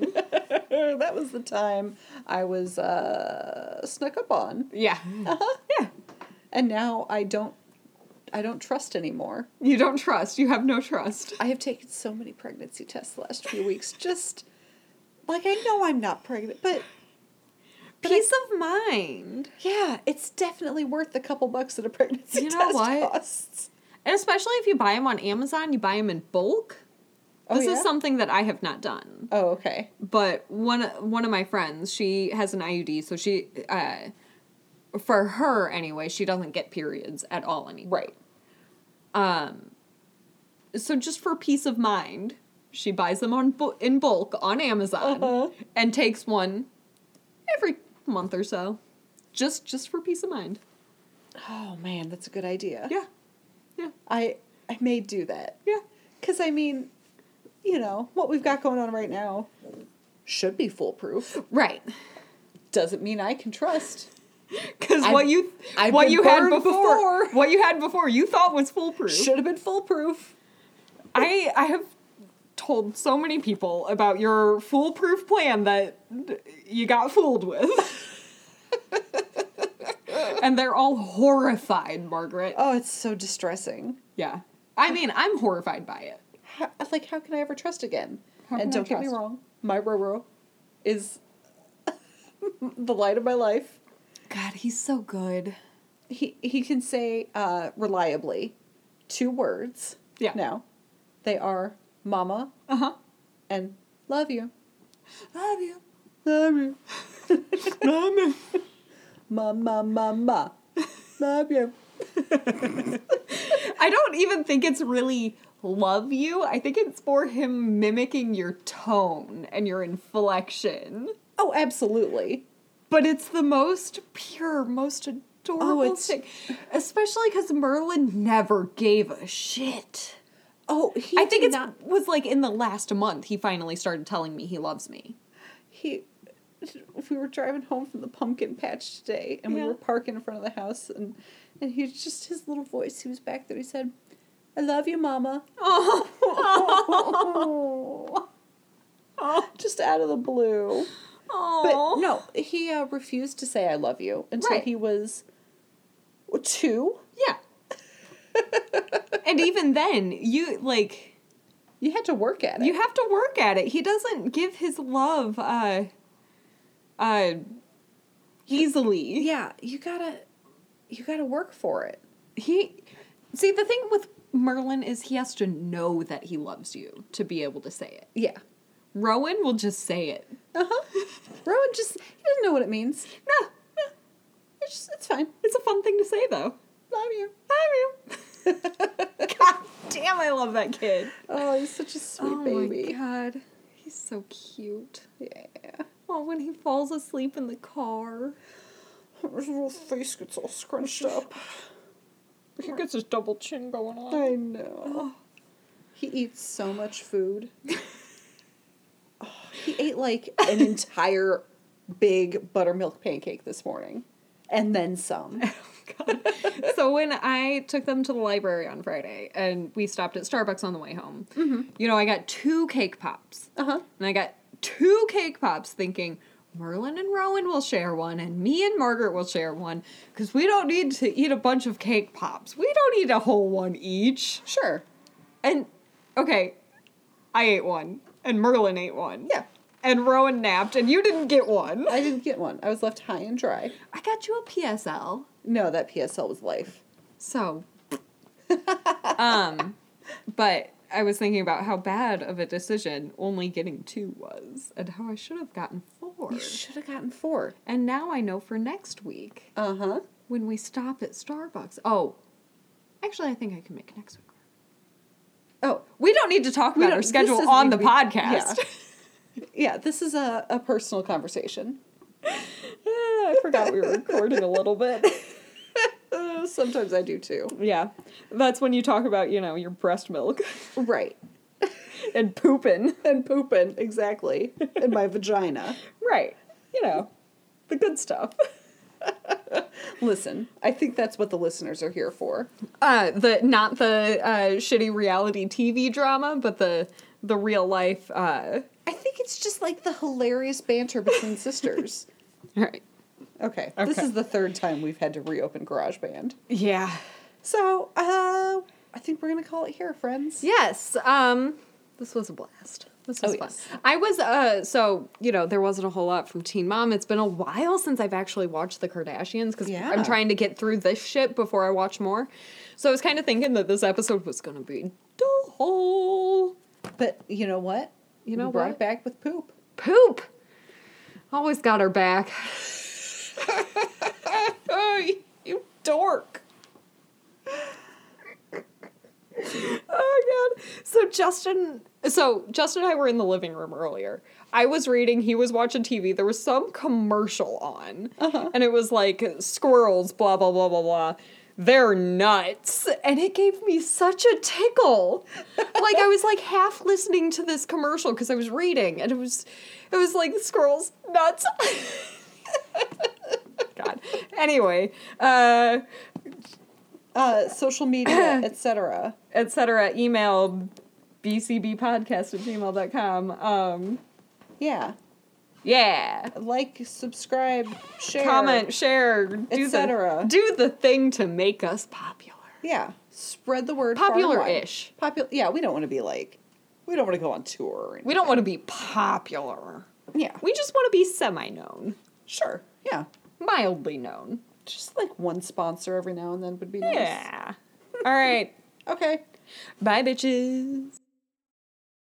Speaker 2: that was the time I was uh, snuck up on,
Speaker 3: Yeah. [LAUGHS] Yeah.
Speaker 2: and now I don't. I don't trust anymore.
Speaker 3: You don't trust. You have no trust.
Speaker 2: I have taken so many pregnancy tests the last few weeks. Just like I know I'm not pregnant, but
Speaker 3: Peace of mind.
Speaker 2: yeah, it's definitely worth the couple bucks that a pregnancy
Speaker 3: You know
Speaker 2: test
Speaker 3: what?
Speaker 2: costs.
Speaker 3: And especially if you buy them on Amazon, you buy them in bulk.
Speaker 2: Oh,
Speaker 3: this
Speaker 2: yeah?
Speaker 3: is something that I have not done.
Speaker 2: Oh, okay.
Speaker 3: but one one of my friends she has an IUD so she uh for her anyway she doesn't get periods at all anymore
Speaker 2: Right.
Speaker 3: so just for peace of mind she buys them on bu- in Uh-huh. bulk on Amazon and takes one every month or so Just just for peace of mind.
Speaker 2: Oh man, that's a good idea.
Speaker 3: Yeah.
Speaker 2: I I may do that.
Speaker 3: Yeah.
Speaker 2: Cuz I mean, you know, what we've got going on right now should be foolproof.
Speaker 3: Right.
Speaker 2: Doesn't mean I can trust.
Speaker 3: Because
Speaker 2: I've-
Speaker 3: what you
Speaker 2: I've
Speaker 3: what
Speaker 2: been
Speaker 3: you had
Speaker 2: burned
Speaker 3: before,
Speaker 2: before.
Speaker 3: what you had before you thought was foolproof.
Speaker 2: Should have been foolproof.
Speaker 3: I I have told so many people about your foolproof plan that you got fooled with. [LAUGHS] and they're all horrified, Margaret.
Speaker 2: Oh, it's so distressing.
Speaker 3: Yeah. I mean, I'm horrified by it.
Speaker 2: How, like how can I ever trust again?
Speaker 3: How
Speaker 2: and
Speaker 3: can I
Speaker 2: don't get me
Speaker 3: trust?
Speaker 2: wrong, my Roro is [LAUGHS] the light of my life.
Speaker 3: God, he's so good.
Speaker 2: He he can say uh reliably two words.
Speaker 3: Yeah.
Speaker 2: Now. They are mama
Speaker 3: Uh-huh.
Speaker 2: and love you.
Speaker 3: Love you.
Speaker 2: Love [LAUGHS] you.
Speaker 3: Love you.
Speaker 2: Ma, ma, ma,
Speaker 3: [LAUGHS]
Speaker 2: ma. Love you.
Speaker 3: I don't even think it's really love you. I think it's more him mimicking your tone and your inflection.
Speaker 2: Oh, absolutely.
Speaker 3: But it's the most pure, most adorable
Speaker 2: Oh, it's-
Speaker 3: thing. Especially because Merlin never gave a shit.
Speaker 2: Oh, he
Speaker 3: I think
Speaker 2: did
Speaker 3: it was like in the last month he finally started telling me he loves me.
Speaker 2: he. We were driving home from the pumpkin patch today, and
Speaker 3: Yeah.
Speaker 2: we were parking in front of the house, and and he just his little voice. He was back there. He said, "I love you, Mama." [LAUGHS] Oh. [LAUGHS] Just out of the blue. But
Speaker 3: Oh,
Speaker 2: no, he uh, refused to say "I love you" until
Speaker 3: Right.
Speaker 2: he was two.
Speaker 3: yeah.
Speaker 2: [LAUGHS]
Speaker 3: and even then, you like
Speaker 2: You had to work at it.
Speaker 3: you have to work at it. He doesn't give his love uh uh easily.
Speaker 2: yeah you gotta you gotta work for it
Speaker 3: He see the thing with Merlin is he has to know that he loves you to be able to say it.
Speaker 2: yeah
Speaker 3: Rowan will just say it.
Speaker 2: uh-huh [LAUGHS] rowan just he doesn't know what it means
Speaker 3: No, no,
Speaker 2: it's just it's fine
Speaker 3: it's a fun thing to say though.
Speaker 2: love you
Speaker 3: Love you.
Speaker 2: [LAUGHS]
Speaker 3: God damn, I love that kid.
Speaker 2: oh he's such a sweet baby
Speaker 3: my god, he's so cute.
Speaker 2: yeah
Speaker 3: Oh, when he falls asleep in the car.
Speaker 2: his little face gets all scrunched up
Speaker 3: He gets his double chin going on.
Speaker 2: i know he eats so much [LAUGHS] food Oh, he ate like an entire big buttermilk pancake this morning and then some
Speaker 3: so when I took them to the library on Friday and we stopped at Starbucks on the way home, you know, I got two cake pops.
Speaker 2: uh-huh
Speaker 3: And I got two cake pops thinking Merlin and Rowan will share one and me and Margaret will share one because we don't need to eat a bunch of cake pops. We don't need a whole one each.
Speaker 2: sure
Speaker 3: And okay, I ate one and Merlin ate one.
Speaker 2: Yeah.
Speaker 3: And Rowan napped and you didn't get one.
Speaker 2: i didn't get one i was left high and dry
Speaker 3: I got you a PSL.
Speaker 2: No, that PSL was life.
Speaker 3: So, [LAUGHS] um, but I was thinking about how bad of a decision only getting two was, and how I should have gotten four.
Speaker 2: You should have gotten four.
Speaker 3: And now I know for next week
Speaker 2: Uh huh.
Speaker 3: when we stop at Starbucks. Oh, actually, I think I can make next week.
Speaker 2: Oh,
Speaker 3: We don't need to talk
Speaker 2: We
Speaker 3: about
Speaker 2: don't-
Speaker 3: our
Speaker 2: this
Speaker 3: schedule
Speaker 2: is-
Speaker 3: on
Speaker 2: we-
Speaker 3: the
Speaker 2: we-
Speaker 3: podcast. [LAUGHS]
Speaker 2: [LAUGHS] yeah, this is a, a personal conversation.
Speaker 3: Ah, I forgot we were recording a little bit. [LAUGHS]
Speaker 2: Uh, sometimes I do too.
Speaker 3: Yeah, that's when you talk about you know your breast milk [LAUGHS]
Speaker 2: Right.
Speaker 3: and pooping.
Speaker 2: And pooping,
Speaker 3: [LAUGHS]
Speaker 2: exactly. In my [LAUGHS] vagina.
Speaker 3: Right. You know, the good stuff. [LAUGHS]
Speaker 2: Listen, I think that's what the listeners are here for.
Speaker 3: Uh, the not the uh, shitty reality TV drama, but the the real life. Uh...
Speaker 2: I think it's just like the hilarious banter [LAUGHS] between sisters.
Speaker 3: All right.
Speaker 2: Okay, This
Speaker 3: Okay.
Speaker 2: is the third time we've had to reopen GarageBand.
Speaker 3: Yeah.
Speaker 2: So, uh, I think we're going to call it here, friends.
Speaker 3: Yes. Um, this was a blast. This was
Speaker 2: Oh,
Speaker 3: fun.
Speaker 2: yes.
Speaker 3: I was uh, so you know there wasn't a whole lot from Teen Mom. It's been a while since I've actually watched the Kardashians because
Speaker 2: Yeah.
Speaker 3: I'm trying to get through this shit before I watch more. So I was kind of thinking that this episode was gonna be dull.
Speaker 2: But you know what?
Speaker 3: You know
Speaker 2: we brought
Speaker 3: what?
Speaker 2: it back with poop.
Speaker 3: Poop. Always got her back. oh, you dork. Oh god. So So Justin, so Justin and I were in the living room earlier. I was reading, he was watching TV. There was some commercial on, and it was like squirrels, blah blah blah blah blah. They're nuts, and it gave me such a tickle. like I was like half listening to this commercial because I was reading, and it was, it was like squirrels nuts. [LAUGHS] God. Anyway, uh,
Speaker 2: Uh, social [COUGHS] media, etc.
Speaker 3: etc. Email bcbpodcast at gmail.com. Um,
Speaker 2: Yeah.
Speaker 3: yeah.
Speaker 2: Like, subscribe, share.
Speaker 3: Comment, share, do
Speaker 2: Et cetera.
Speaker 3: the do the thing to make us popular.
Speaker 2: Yeah. Spread the word. far and wide.
Speaker 3: Popular-ish.
Speaker 2: Popular. Yeah, we don't want to be like, we don't want to go on tour. Or anything.
Speaker 3: We don't want to be popular.
Speaker 2: Yeah.
Speaker 3: We just want to be semi-known,
Speaker 2: Sure. Yeah.
Speaker 3: mildly known.
Speaker 2: Just like one sponsor every now and then would be nice.
Speaker 3: Yeah. All right.
Speaker 2: Okay.
Speaker 3: Bye bitches.